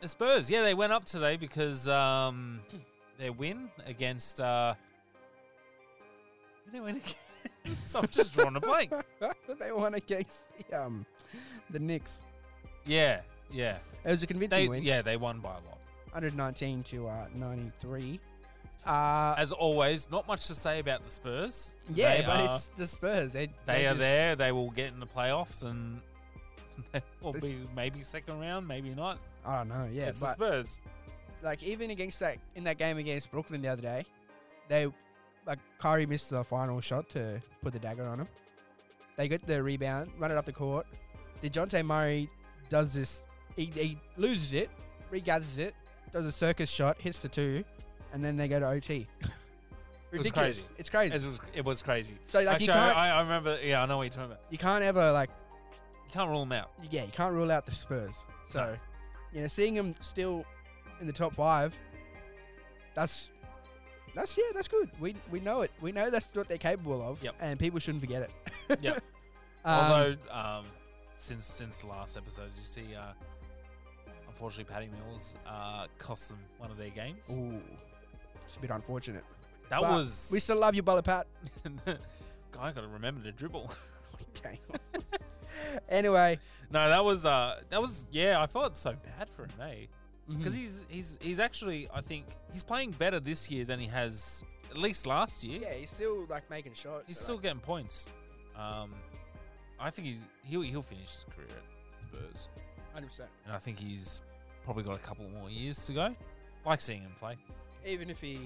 A: The Spurs, yeah, they went up today because um, their win against. Uh, who they win [LAUGHS] against? I've just drawn a blank.
B: [LAUGHS] they won against the um the Knicks.
A: Yeah, yeah.
B: It was a convincing
A: They,
B: win.
A: yeah, they won by a lot.
B: 119 to uh, 93. Uh,
A: As always, not much to say about the Spurs.
B: yeah,
A: They
B: but
A: are-
B: it's the Spurs. They,
A: They are
B: just-
A: there. They will get in the playoffs, and [LAUGHS] they will
B: This-
A: be maybe second round, maybe not.
B: I don't know. Yeah,
A: it's the
B: but
A: Spurs.
B: like even against that in that game against Brooklyn the other day, they like Kyrie missed the final shot to put the dagger on him. They get the rebound, run it up the court. DeJounte Murray does this he, he loses it, regathers it, does a circus shot, hits the two, and then they go to OT.
A: was
B: ridiculous.
A: crazy.
B: It's crazy.
A: It was, it was crazy.
B: so like
A: Actually,
B: you can't
A: I, I remember. Yeah, I know what you're talking about.
B: you can't ever like
A: You can't rule
B: [LAUGHS]
A: them out.
B: yeah you can't rule out the Spurs. So you know seeing them still in the top five, that's that's yeah that's good. We we know it. We know that's what they're capable of.
A: Yep.
B: And people shouldn't forget it.
A: Yep.
B: Um,
A: Although, um, since since the last episode, did you see? Uh, unfortunately, Patty Mills uh, cost them one of their games.
B: ooh, it's a bit unfortunate.
A: that
B: but
A: was
B: We
A: [LAUGHS]
B: still love you, Bullet Pat. [LAUGHS] Oh,
A: guy got to remember to dribble. [LAUGHS]
B: Dang. [LAUGHS] anyway,
A: no, that was uh, that was yeah. I felt so bad for him, eh? Because
B: mhm.
A: he's he's he's actually I think he's playing better this year than he has at least last year.
B: yeah, he's still like making shots.
A: He's
B: so,
A: still
B: like,
A: getting points. Um, I think he's he'll he'll finish his career at Spurs,
B: 100%.
A: and I think he's probably got a couple more years to go. Like seeing him play.
B: Even if he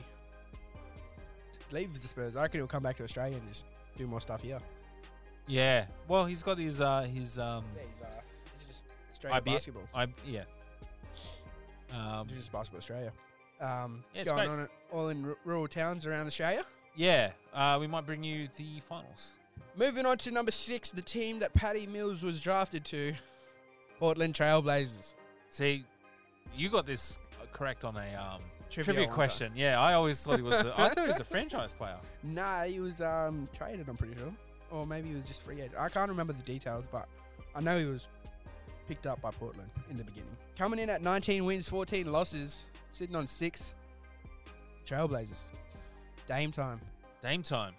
B: leaves the Spurs, I reckon he'll come back to Australia and just do more stuff here.
A: Yeah. Well, he's got his uh his um
B: Yeah, he's, uh, he's just Australia
A: IBA
B: basketball.
A: I yeah. Um
B: He's just basketball Australia. Um,
A: Yeah, it's
B: going
A: great.
B: on at all in r- rural towns around Australia.
A: yeah. Uh, we might bring you the finals.
B: Moving on to number six, the team that Paddy Mills was drafted to, Portland Trailblazers.
A: See, you got this correct on a um
B: Trivia
A: trivia,
B: one,
A: question. Yeah, I always thought he was. A, I thought
B: [LAUGHS]
A: he was a franchise player.
B: Nah, he was um, traded, I'm pretty sure. Or maybe he was just free agent. I can't remember the details, but I know he was picked up by Portland in the beginning. Coming in at 19 wins, 14 losses, sitting on six. Trailblazers. Dame time.
A: Dame time.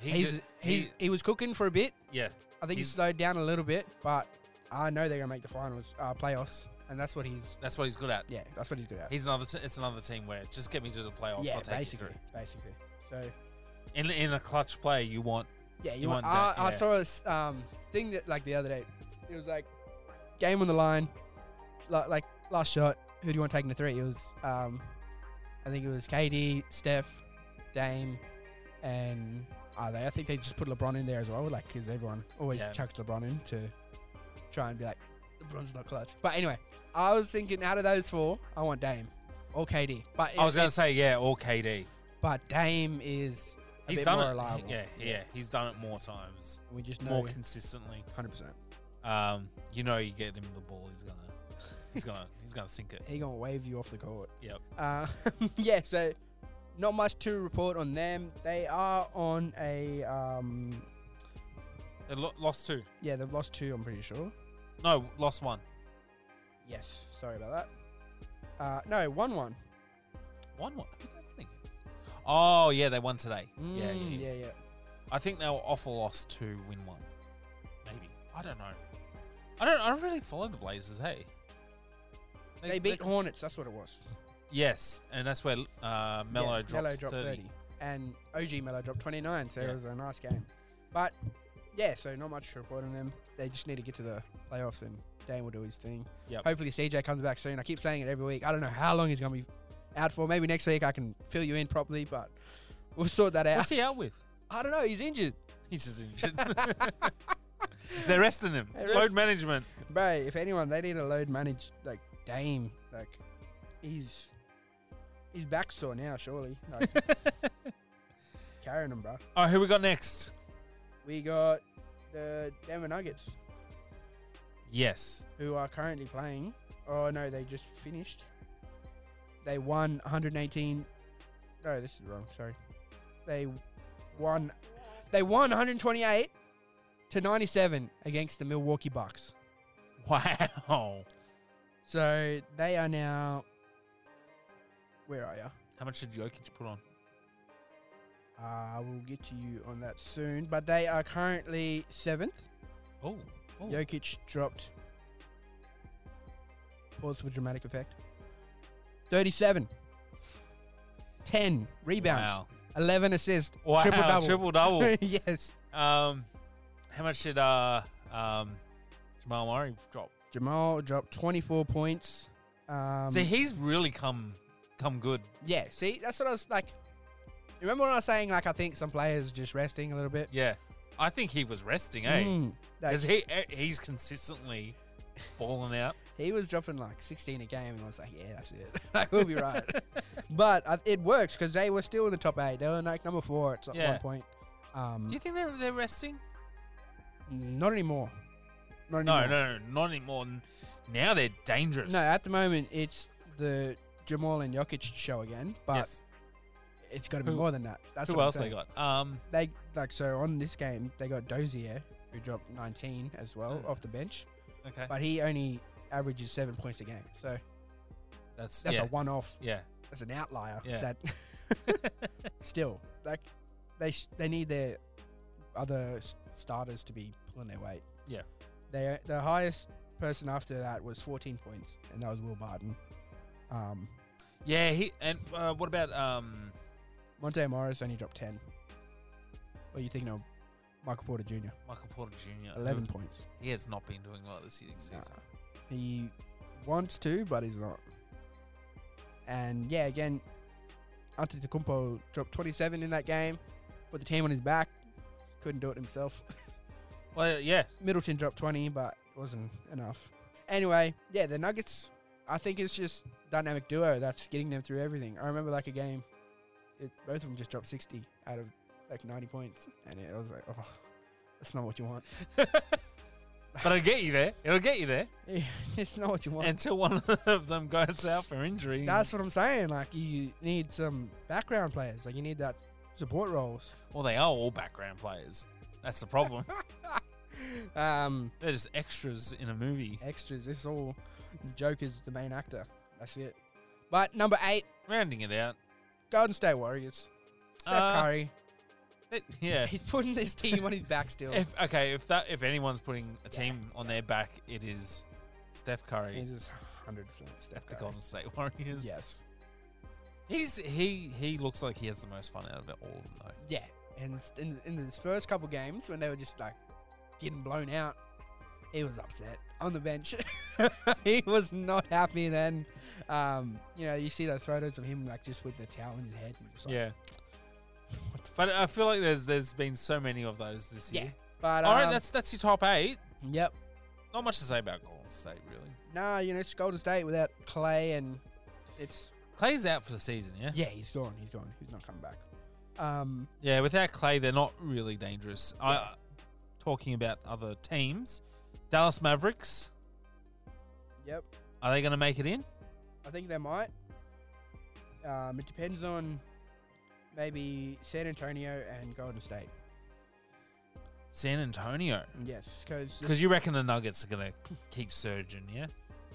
A: He's,
B: He's,
A: a-
B: he's,
A: he-
B: he was cooking for a bit.
A: yeah.
B: I think he
A: He's-
B: slowed down a little bit, but I know they're going to make the finals, uh, playoffs, and that's what he's,
A: That's what he's good at.
B: yeah, that's what he's good at.
A: He's another. T- it's another team where just get me to the playoffs.
B: yeah,
A: I'll take
B: basically,
A: you
B: basically. So
A: through. In in a clutch play, you want
B: Yeah, you,
A: You
B: want,
A: want that,
B: I, I
A: yeah.
B: saw a s- um, thing that like the other day. It was like game on the line, like, like last shot. Who do you want taking the three? It was um, I think it was KD, Steph, Dame, and are they? I think they just put LeBron in there as well, like because everyone always
A: Yeah.
B: chucks LeBron in to try and be like LeBron's not clutch. But anyway, I was thinking out of those four, I want Dame or KD. But
A: I was going
B: it's-
A: to say yeah, or KD.
B: but Dame is a
A: He's
B: bit
A: done
B: more
A: it. [LAUGHS]
B: reliable.
A: Yeah, yeah, He's done it more times,
B: we just
A: more
B: know
A: consistently.
B: hundred percent.
A: Um, you know, you get him the ball, he's gonna,
B: [LAUGHS]
A: he's gonna, he's gonna sink it.
B: He gonna wave you off the court.
A: Yep.
B: Uh, [LAUGHS] yeah. So not much to report on them. They are on a um,
A: They lo- lost two.
B: yeah. They've lost two. I'm pretty sure.
A: No, lost one.
B: Yes. Sorry about that. Uh, no, one one.
A: One one. Who did they win against? Oh yeah, they won today. yeah, yeah,
B: Mm,
A: yeah.
B: yeah, yeah.
A: I think they were off a loss to win one. Maybe I don't know. I don't. I don't really follow the Blazers. Hey,
B: They, beat Hornets. That's what it was.
A: Yes, and that's where uh, Mello
B: yeah,
A: drops
B: Melo dropped
A: 30.
B: and OG Mello dropped 29. So it
A: Yeah.
B: was a nice game. But yeah, so not much to report on them. They just need to get to the playoffs and Dame will do his thing.
A: Yep.
B: Hopefully CJ comes back soon. I keep saying it every week. I don't know how long he's gonna be out for. Maybe next week I can fill you in properly, but we'll sort that out.
A: What's he out with? [LAUGHS]
B: I don't know. He's injured,
A: He's
B: [LAUGHS]
A: just injured. They're resting him.
B: They're
A: Load
B: rest-
A: management.
B: bro. If anyone, they need a load manage like Dame. Like he's he's back sore now, surely.
A: [LAUGHS]
B: Like, carrying him, bro.
A: All right, who we got next?
B: We got the Denver Nuggets.
A: Yes,
B: who are currently playing. Oh no, they just finished. They won 118. No, this is wrong. Sorry, they won. They won 128 to 97 against the Milwaukee Bucks.
A: [LAUGHS] Wow.
B: So they are now. Where are you?
A: How much did Jokic put on?
B: I will Uh, get to you on that soon. But they are currently seventh.
A: Oh. oh.
B: Jokic dropped. Pause for dramatic effect. 37. 10 rebounds.
A: Wow.
B: 11 assists.
A: Wow.
B: Triple double.
A: Triple double.
B: [LAUGHS] yes.
A: um, how much did uh um Jamal Murray drop?
B: Jamal dropped 24 points. Um,
A: See, he's really come come good.
B: yeah, see, that's what I was like. Remember when I was saying, like, I think some players just resting a little bit?
A: Yeah, I think he was resting, eh?
B: Mm, like,
A: Because he eh, he's consistently falling out.
B: He was dropping like 16 a game, and I was like, yeah, that's it. [LAUGHS] like, we'll be
A: [LAUGHS]
B: right. but uh, it works because they were still in the top eight. They were like number four at some
A: Yeah.
B: one point. Um,
A: Do you think they're, they're resting?
B: not anymore. Not
A: No,
B: anymore.
A: no, no, not anymore. N- Now they're dangerous.
B: No, at the moment it's the Jamal and Jokic show again, but
A: yes.
B: it's got to be
A: Who-
B: more than that. That's
A: Who
B: what I'm
A: else they
B: saying.
A: got? Um,
B: They like so on this game they got Dozier who dropped 19 as well
A: Mm.
B: off the bench,
A: okay,
B: but he only averages seven points a game. So
A: that's
B: that's
A: yeah,
B: a one-off.
A: yeah.
B: That's an outlier.
A: Yeah.
B: That
A: [LAUGHS]
B: still like they sh- they need their other s- starters to be pulling their weight.
A: Yeah.
B: They the highest person after that was 14 points, and that was Will Barton. Um,
A: yeah. He and uh, what about um?
B: Monte Morris only dropped 10. What are you thinking of? Michael Porter Jr.,
A: Michael Porter Jr. who-
B: 11 points.
A: He has not been doing well this year- season.
B: Nah. He wants to, but he's not. And yeah, again, Antetokounmpo dropped 27 in that game, put the team on his back, couldn't do it himself. [LAUGHS]
A: Well, yeah,
B: Middleton dropped 20, but it wasn't enough. Anyway, yeah, the Nuggets, I think it's just dynamic duo that's getting them through everything. I remember like a game, it, both of them just dropped 60 out of like 90 points. And it, I was like, oh, that's not what you want. [LAUGHS]
A: but it'll get you there. It'll get you there
B: it's not what you want.
A: until one of [LAUGHS] them goes out for injury.
B: that's what I'm saying. Like, you need some background players. Like, you need that support roles.
A: well, they are all background players. That's
B: [LAUGHS]
A: the problem.
B: um,
A: They're just extras in a movie.
B: extras, it's all Joker's the main actor. That's it. But number eight,
A: Rounding it out.
B: Golden State Warriors. Steph
A: Uh,
B: Curry.
A: it- yeah.
B: [LAUGHS] He's putting this team on his back still.
A: If, okay, if that if anyone's putting
B: Yeah,
A: a team on their back, it is Steph Curry
B: It is 100% Steph
A: at the
B: Curry.
A: Golden State Warriors.
B: Yes.
A: He's he he looks like he has the most fun out of it all of them though.
B: Yeah. And s- in, in his first couple games, when they were just like getting blown out, he was upset on the bench. [LAUGHS] he was not happy then. Um, you know, you see those photos of him like just with the towel in his head. And just like,
A: yeah. [LAUGHS] But I feel like there's there's been so many of those this
B: Yeah.
A: year.
B: But,
A: All
B: um,
A: right, that's that's your top eight.
B: Yep.
A: Not much to say about Golden State really.
B: Nah, you know, it's Golden State without Clay and it's.
A: Clay's out for the season, yeah.
B: Yeah, he's gone. He's gone. He's not coming back. Um,
A: Yeah, without Clay, they're not really dangerous. I talking about other teams, Dallas Mavericks.
B: Yep.
A: Are they going to make it in?
B: I think they might. Um, it depends on maybe San Antonio and Golden State.
A: San Antonio.
B: Yes, because
A: Because you reckon the Nuggets are going to keep surging, yeah?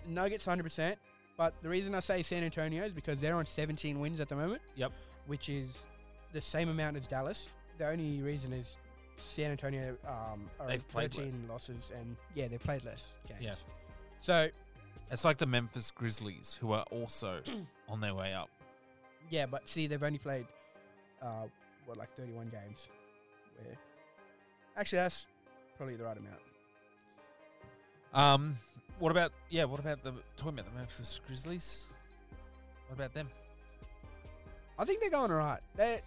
B: Nuggets 100%. But the reason I say San Antonio is because they're on 17 wins at the moment.
A: Yep.
B: Which is the same amount as Dallas. The only reason is San Antonio um, are
A: They've
B: on
A: played
B: 13 losses and, yeah, they've played less games.
A: Yeah.
B: So,
A: It's like the Memphis Grizzlies, who are [CLEARS THROAT] also on their way up.
B: yeah, but see, they've only played, uh, what, like 31 games. Where Actually, that's probably the right amount.
A: Um, what about yeah? What about the talking about the Memphis Grizzlies? What about them?
B: I think they're going all right. They,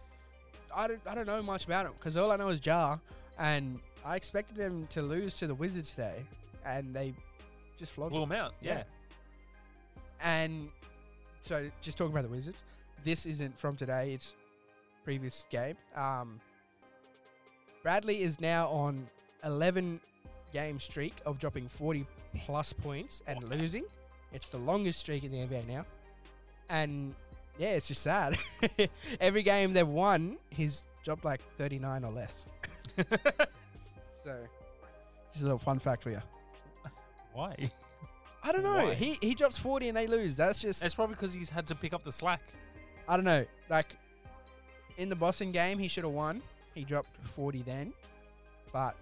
B: I don't, I don't know much about them because all I know is Jar, and I expected them to lose to the Wizards today, and they just flogged
A: Blew them out, yeah.
B: And so, just talking about the Wizards, this isn't from today. It's previous game. Um, Bradley is now on eleven game streak of dropping forty plus points and
A: Wow.
B: losing. It's the longest streak in the NBA now, and yeah, it's just sad. [LAUGHS] Every game they've won, he's dropped like thirty nine or less. [LAUGHS] so, just a little fun fact for you.
A: Why?
B: I don't know.
A: Why?
B: He he drops forty and they lose. That's just
A: [LAUGHS] It's probably because he's had to pick up the slack.
B: I don't know. Like in the Boston game, he should have won. He dropped 40 then. But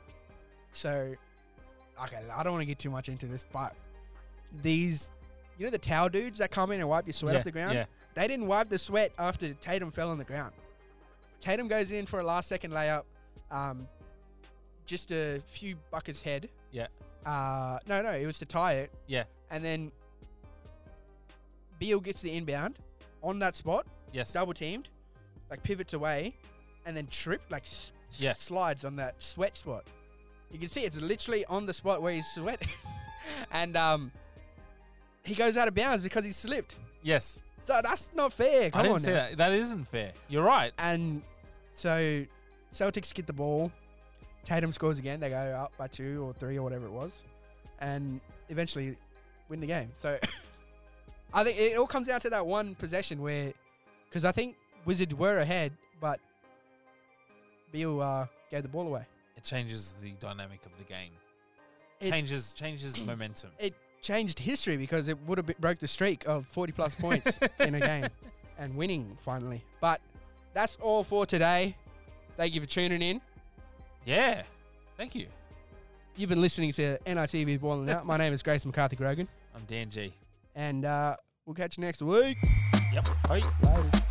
B: so, okay, I don't want to get too much into this, but these, you know, the towel dudes that come in and wipe your sweat
A: yeah,
B: off the ground?
A: Yeah.
B: They didn't wipe the sweat after Tatum fell on the ground. Tatum goes in for a last second layup, um, just a few buckets head.
A: Yeah.
B: Uh, no, no, it was to tie it.
A: Yeah.
B: And then Beal gets the inbound on that spot
A: Yes.
B: double teamed, like pivots away, and then tripped, like s- s-
A: Yeah.
B: slides on that sweat spot. [LAUGHS] You can see it's literally on the spot where he's sweating. and um, he goes out of bounds because he slipped.
A: Yes.
B: So that's not fair. Come
A: I didn't
B: on
A: say
B: now.
A: that. That isn't fair. You're right.
B: And so Celtics get the ball. Tatum scores again. They go up by two or three or whatever it was, and eventually win the game. So [COUGHS] I think it all comes down to that one possession where, because I think Wizards were ahead, but Beal uh, gave the ball away.
A: It changes the dynamic of the game.
B: It- [COUGHS]
A: changes changes momentum.
B: It changed history because it would have been- broke the streak of forty plus points in a game and winning finally. But that's all for today. Thank you for tuning in.
A: Yeah. Thank you.
B: You've been listening to NITV Boiling Out. My name is Grace McCarthy Grogan,
A: I'm Dan G.
B: and uh, we'll catch you next week.
A: Yep. Bye.
B: Later.